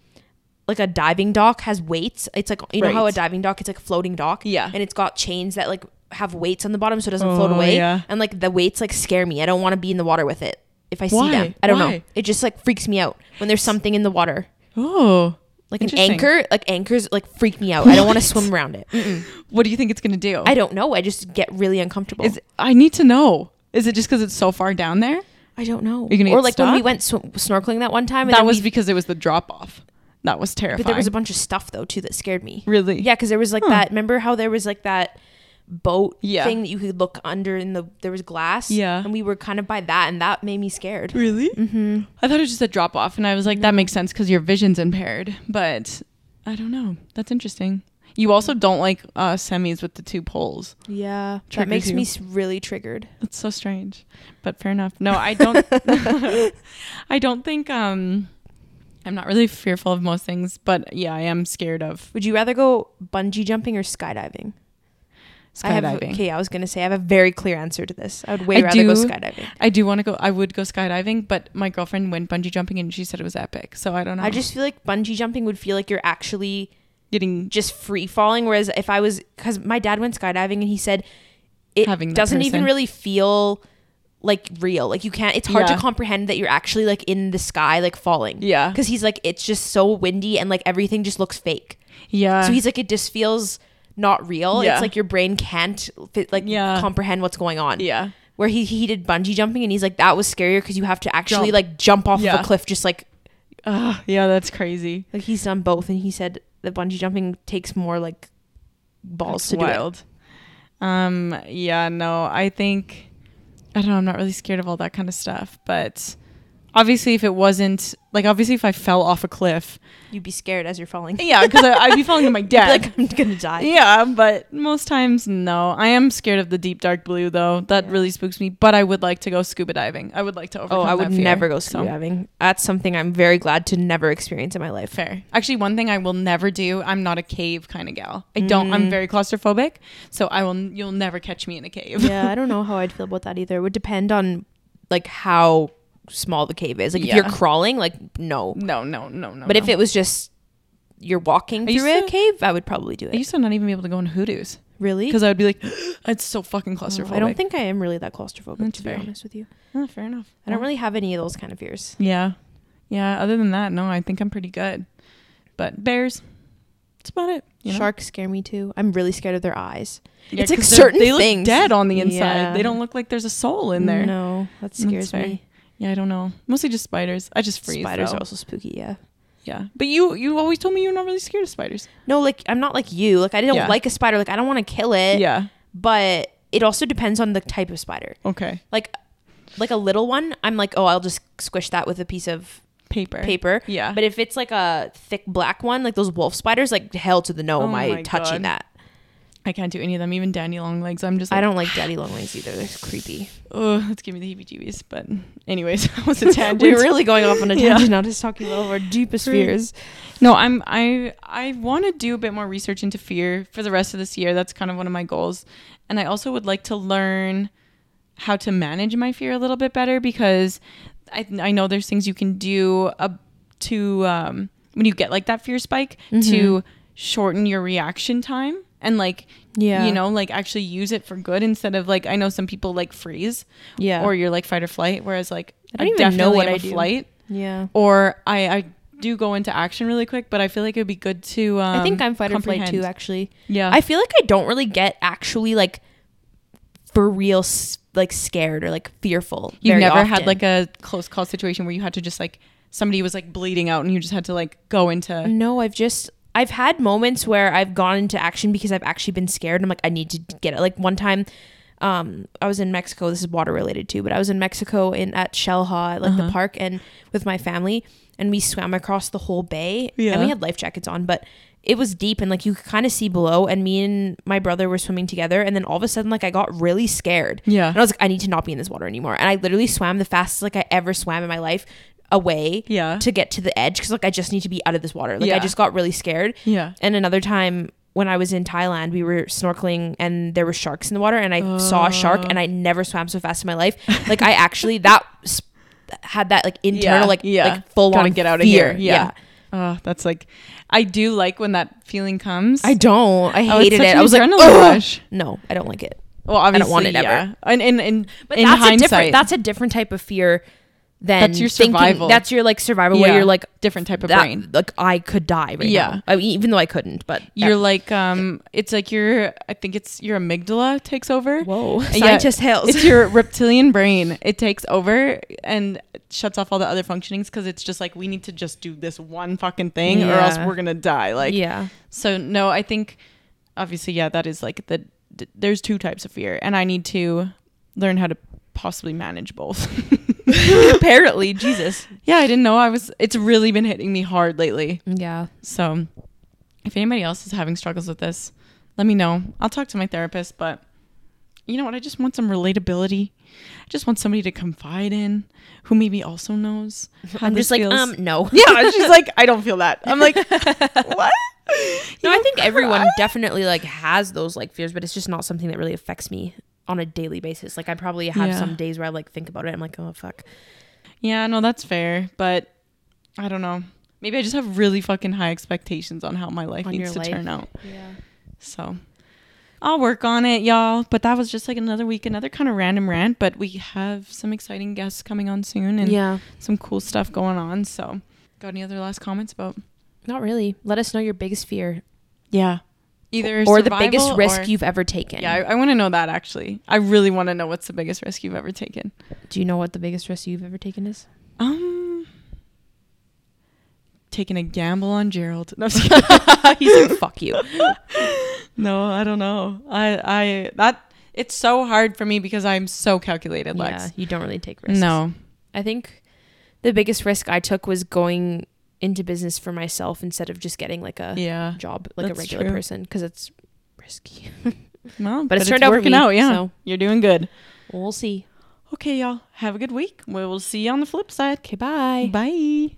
Speaker 1: like a diving dock has weights. It's like you know how a
Speaker 2: Right.
Speaker 1: diving dock, it's like a floating dock,
Speaker 2: Yeah.
Speaker 1: and it's got chains that like have weights on the bottom so it doesn't float
Speaker 2: Oh,
Speaker 1: away.
Speaker 2: yeah.
Speaker 1: And like the weights like scare me. I don't want to be in the water with it. If I see
Speaker 2: Why?
Speaker 1: them, I don't know.
Speaker 2: Why?
Speaker 1: It just like freaks me out when there's something in the water
Speaker 2: oh,
Speaker 1: like an
Speaker 2: Interesting.
Speaker 1: anchor like anchors like freak me out i don't want to swim around it Mm-mm.
Speaker 2: What do you think it's gonna do?
Speaker 1: i don't know i just get really uncomfortable
Speaker 2: Is I need to know. Is it just because it's so far down there?
Speaker 1: i don't know
Speaker 2: you gonna
Speaker 1: or like
Speaker 2: get
Speaker 1: when we
Speaker 2: stuck?
Speaker 1: went sw- snorkeling that one time and
Speaker 2: That
Speaker 1: then
Speaker 2: was
Speaker 1: we-
Speaker 2: because it was the drop off. That was terrifying.
Speaker 1: but there was a bunch of stuff though too that scared me
Speaker 2: really.
Speaker 1: yeah because there was like
Speaker 2: Huh.
Speaker 1: that remember how there was like that boat
Speaker 2: Yeah.
Speaker 1: thing that you could look under in the there was glass
Speaker 2: Yeah.
Speaker 1: and we were kind of by that and that made me scared
Speaker 2: Really? Mm-hmm. I thought it was just a drop off, and I was like, that makes sense because your vision's impaired. But I don't know. That's interesting. You also don't like uh, semis with the two poles.
Speaker 1: yeah that
Speaker 2: Triggers
Speaker 1: makes
Speaker 2: you.
Speaker 1: me s- really triggered
Speaker 2: That's so strange, but fair enough. No, I don't. I don't think. Um, I'm not really fearful of most things, but yeah, I am scared of
Speaker 1: would you rather go bungee jumping or skydiving
Speaker 2: skydiving.
Speaker 1: I
Speaker 2: I,
Speaker 1: have okay. I was gonna say I have a very clear answer to this. I would way
Speaker 2: I
Speaker 1: rather go
Speaker 2: do-
Speaker 1: skydiving.
Speaker 2: do want to go. I would go skydiving, but my girlfriend went bungee jumping, and she said it was epic. So I don't know.
Speaker 1: I just feel like bungee jumping would feel like you're actually
Speaker 2: getting
Speaker 1: just free falling. Whereas if I was, because my dad went skydiving and he said it
Speaker 2: Having that
Speaker 1: doesn't even
Speaker 2: person.
Speaker 1: really feel like real. Like you can't, it's hard
Speaker 2: Yeah.
Speaker 1: to comprehend that you're actually like in the sky, like falling.
Speaker 2: yeah,
Speaker 1: Because he's like, it's just so windy and like everything just looks fake.
Speaker 2: yeah.
Speaker 1: so he's like, it just feels not real.
Speaker 2: Uh. Yeah.
Speaker 1: It's like your brain can't fit, like
Speaker 2: Yeah.
Speaker 1: comprehend what's going on.
Speaker 2: yeah.
Speaker 1: Where he, he did bungee jumping and he's like, that was scarier because you have to actually
Speaker 2: Jump.
Speaker 1: like jump off
Speaker 2: Yeah.
Speaker 1: of a cliff, just like
Speaker 2: Uh, yeah, that's crazy.
Speaker 1: Like he's done both, and he said the bungee jumping takes more like balls
Speaker 2: That's
Speaker 1: to
Speaker 2: wild. Um, yeah, no, I think I don't know, I'm not really scared of all that kind of stuff, but obviously if it wasn't like obviously if I fell off a
Speaker 1: do
Speaker 2: cliff,
Speaker 1: it. You'd be scared as you're falling.
Speaker 2: yeah, because I'd be falling to my
Speaker 1: You'd be
Speaker 2: death.
Speaker 1: like I'm gonna die.
Speaker 2: yeah, but most times no. I am scared of the deep dark blue though. That
Speaker 1: Yeah.
Speaker 2: really spooks me. But I would like to go scuba diving. I would like to overcome.
Speaker 1: Oh, I would
Speaker 2: that fear.
Speaker 1: never go
Speaker 2: So-
Speaker 1: scuba diving. That's something I'm very glad to never experience in my life.
Speaker 2: Fair. Actually, one thing I will never do. I'm not a cave kind of gal. I don't.
Speaker 1: Mm.
Speaker 2: I'm very claustrophobic, so I will. You'll never catch me in a cave.
Speaker 1: Yeah, I don't know how I'd feel about that either. It would depend on like how small the cave is. Like if
Speaker 2: Yeah.
Speaker 1: you're crawling, like no.
Speaker 2: No, no, no, no.
Speaker 1: But if
Speaker 2: no.
Speaker 1: it was just you're walking
Speaker 2: I used
Speaker 1: through a
Speaker 2: to-
Speaker 1: cave, I would probably do
Speaker 2: I
Speaker 1: it.
Speaker 2: used to not even be able to go in hoodoos
Speaker 1: Really?
Speaker 2: because I would be like, it's so fucking
Speaker 1: Oh,
Speaker 2: claustrophobic.
Speaker 1: I don't think I am really that claustrophobic.
Speaker 2: That's
Speaker 1: to be
Speaker 2: fair.
Speaker 1: honest with you,
Speaker 2: Oh, fair enough.
Speaker 1: I don't really have any of those kind of fears.
Speaker 2: Yeah, yeah. Other than that, no. I think I'm pretty good. But bears, That's about it. you know?
Speaker 1: Sharks scare me too. I'm really scared of their eyes.
Speaker 2: Yeah,
Speaker 1: it's like
Speaker 2: 'cause they're-
Speaker 1: certain
Speaker 2: they look
Speaker 1: things.
Speaker 2: dead on the inside.
Speaker 1: Yeah.
Speaker 2: They don't look like there's a soul in there.
Speaker 1: No, that
Speaker 2: That's
Speaker 1: scares
Speaker 2: fair.
Speaker 1: me.
Speaker 2: Yeah, I don't know. Mostly just spiders. I just freeze.
Speaker 1: Spiders
Speaker 2: though.
Speaker 1: are also spooky. Yeah.
Speaker 2: Yeah, but you you always told me you're not really scared of spiders.
Speaker 1: No, like I'm not like you. Like I don't
Speaker 2: Yeah.
Speaker 1: like a spider. Like I don't want to kill it.
Speaker 2: yeah.
Speaker 1: But it also depends on the type of spider.
Speaker 2: Okay.
Speaker 1: Like, like a little one, I'm like, oh, I'll just squish that with a piece of
Speaker 2: Paper.
Speaker 1: paper.
Speaker 2: Yeah.
Speaker 1: But if it's like a thick black one, like those wolf spiders, like hell to the no,
Speaker 2: Oh
Speaker 1: am I
Speaker 2: my
Speaker 1: touching
Speaker 2: God.
Speaker 1: that?
Speaker 2: I can't do any of them. Even Danny Long Legs. I'm just. Like,
Speaker 1: I don't like daddy long legs either. They're creepy.
Speaker 2: Oh, let's give me the heebie-jeebies. But anyways, that was a tangent.
Speaker 1: We're really going off on a
Speaker 2: Yeah.
Speaker 1: tangent now, just talking about all of our deepest
Speaker 2: Great.
Speaker 1: fears.
Speaker 2: No, I'm I I want to do a bit more research into fear for the rest of this year. That's kind of one of my goals. And I also would like to learn how to manage my fear a little bit better because I I know there's things you can do uh, to um when you get like that fear spike
Speaker 1: Mm-hmm.
Speaker 2: to shorten your reaction time and like
Speaker 1: Yeah.
Speaker 2: you know like actually use it for good instead of like I know some people like freeze
Speaker 1: Yeah.
Speaker 2: or you're like fight or flight whereas like
Speaker 1: I don't even know
Speaker 2: definitely
Speaker 1: what
Speaker 2: am
Speaker 1: I
Speaker 2: a
Speaker 1: do.
Speaker 2: flight
Speaker 1: yeah.
Speaker 2: or I, I do go into action really quick, but I feel like it would be good to. Um,
Speaker 1: I think I'm fight or flight
Speaker 2: comprehend.
Speaker 1: too, actually.
Speaker 2: Yeah,
Speaker 1: I feel like I don't really get actually like for real s- like scared or like fearful.
Speaker 2: you've
Speaker 1: very
Speaker 2: never had
Speaker 1: often.
Speaker 2: like a close call situation where you had to just like somebody was like bleeding out and you just had to like go into.
Speaker 1: No, I've just I've had moments where I've gone into action because I've actually been scared. I'm like I need to get it. Like one time um I was in Mexico. This is water related too, but I was in Mexico in at Shellha at like
Speaker 2: Uh-huh.
Speaker 1: the park and with my family and we swam across the whole bay
Speaker 2: Yeah.
Speaker 1: and we had life jackets on, but it was deep and like you could kind of see below and me and my brother were swimming together and then all of a sudden like I got really scared.
Speaker 2: Yeah,
Speaker 1: And I was like, I need to not be in this water anymore. And I literally swam the fastest like I ever swam in my life away
Speaker 2: yeah,
Speaker 1: to get to the edge because like I just need to be out of this water. Like I
Speaker 2: Yeah.
Speaker 1: just got really scared.
Speaker 2: yeah.
Speaker 1: And another time when I was in Thailand, we were snorkeling and there were sharks in the water, and I saw a shark, and I never swam so fast in my life. Like I actually that s- had that like internal
Speaker 2: Yeah,
Speaker 1: like
Speaker 2: yeah.
Speaker 1: like full
Speaker 2: Gotta
Speaker 1: on
Speaker 2: get out of
Speaker 1: fear.
Speaker 2: here. Yeah. Oh, that's like, I do like when that feeling comes.
Speaker 1: I don't. I
Speaker 2: Oh, it's
Speaker 1: hated
Speaker 2: such
Speaker 1: it.
Speaker 2: an
Speaker 1: I was like,
Speaker 2: adrenaline
Speaker 1: "Ugh."
Speaker 2: rush.
Speaker 1: no, I don't like it.
Speaker 2: Well, obviously,
Speaker 1: don't want it
Speaker 2: yeah.
Speaker 1: ever.
Speaker 2: And and, and
Speaker 1: But
Speaker 2: in
Speaker 1: that's a
Speaker 2: hindsight,
Speaker 1: different. That's a different type of fear than
Speaker 2: That's your
Speaker 1: thinking-
Speaker 2: survival.
Speaker 1: that's your like survival where
Speaker 2: Yeah.
Speaker 1: you're like
Speaker 2: different type of
Speaker 1: that,
Speaker 2: brain.
Speaker 1: Like I could die right
Speaker 2: Yeah.
Speaker 1: now. I mean, even though I couldn't, but
Speaker 2: You're like, um, it's like your, I think it's your amygdala takes over.
Speaker 1: Whoa.
Speaker 2: Yeah,
Speaker 1: Scientist hails.
Speaker 2: It's your reptilian brain. It takes over and shuts off all the other functionings because it's just like we need to just do this one fucking thing or else
Speaker 1: Yeah.
Speaker 2: we're gonna die. Like,
Speaker 1: yeah.
Speaker 2: so no, I think obviously, yeah, that is like the d- there's two types of fear, and I need to learn how to possibly manage both.
Speaker 1: Apparently, Jesus.
Speaker 2: yeah, I didn't know I was. It's really been hitting me hard lately.
Speaker 1: Yeah.
Speaker 2: So, if anybody else is having struggles with this, let me know. I'll talk to my therapist, but you know what? I just want some relatability. I just want somebody to confide in who maybe also knows. How
Speaker 1: I'm
Speaker 2: this
Speaker 1: just like,
Speaker 2: feels.
Speaker 1: um, no.
Speaker 2: yeah, she's like, I don't feel that. I'm like, what?
Speaker 1: No,
Speaker 2: You
Speaker 1: I
Speaker 2: don't
Speaker 1: think
Speaker 2: cry?
Speaker 1: everyone definitely like has those like fears, but it's just not something that really affects me on a daily basis. Like I probably have
Speaker 2: Yeah.
Speaker 1: some days where I like think about it. I'm like, oh fuck.
Speaker 2: Yeah, no, that's fair, but I don't know. Maybe I just have really fucking high expectations on how my life
Speaker 1: On
Speaker 2: needs
Speaker 1: your
Speaker 2: to
Speaker 1: life.
Speaker 2: turn out.
Speaker 1: Yeah.
Speaker 2: So I'll work on it, y'all. But that was just like another week, another kind of random rant. But we have some exciting guests coming on soon and
Speaker 1: Yeah.
Speaker 2: some cool stuff going on. So, got any other last comments about?
Speaker 1: Not really. Let us know your biggest fear
Speaker 2: Yeah. Either
Speaker 1: or the biggest
Speaker 2: survival
Speaker 1: risk
Speaker 2: or-
Speaker 1: you've ever taken.
Speaker 2: Yeah, I, I want to know that actually. I really want to know what's the biggest risk you've ever taken.
Speaker 1: Do you know what the biggest risk you've ever taken is?
Speaker 2: Um, taking a gamble on Gerald. No, I'm just kidding.
Speaker 1: He's like, fuck you.
Speaker 2: No, I don't know. I, I, that, it's so hard for me because I'm so calculated,
Speaker 1: yeah,
Speaker 2: Lex.
Speaker 1: you don't really take risks.
Speaker 2: No.
Speaker 1: I think the biggest risk I took was going into business for myself instead of just getting like a
Speaker 2: Yeah.
Speaker 1: job like
Speaker 2: That's
Speaker 1: a regular
Speaker 2: true.
Speaker 1: person because it's risky.
Speaker 2: No,
Speaker 1: But it's turned out for
Speaker 2: working
Speaker 1: me,
Speaker 2: out. Yeah,
Speaker 1: so.
Speaker 2: you're doing good.
Speaker 1: We'll see.
Speaker 2: Okay, y'all. Have a good week. We will see you on the flip side.
Speaker 1: Okay, bye.
Speaker 2: Bye.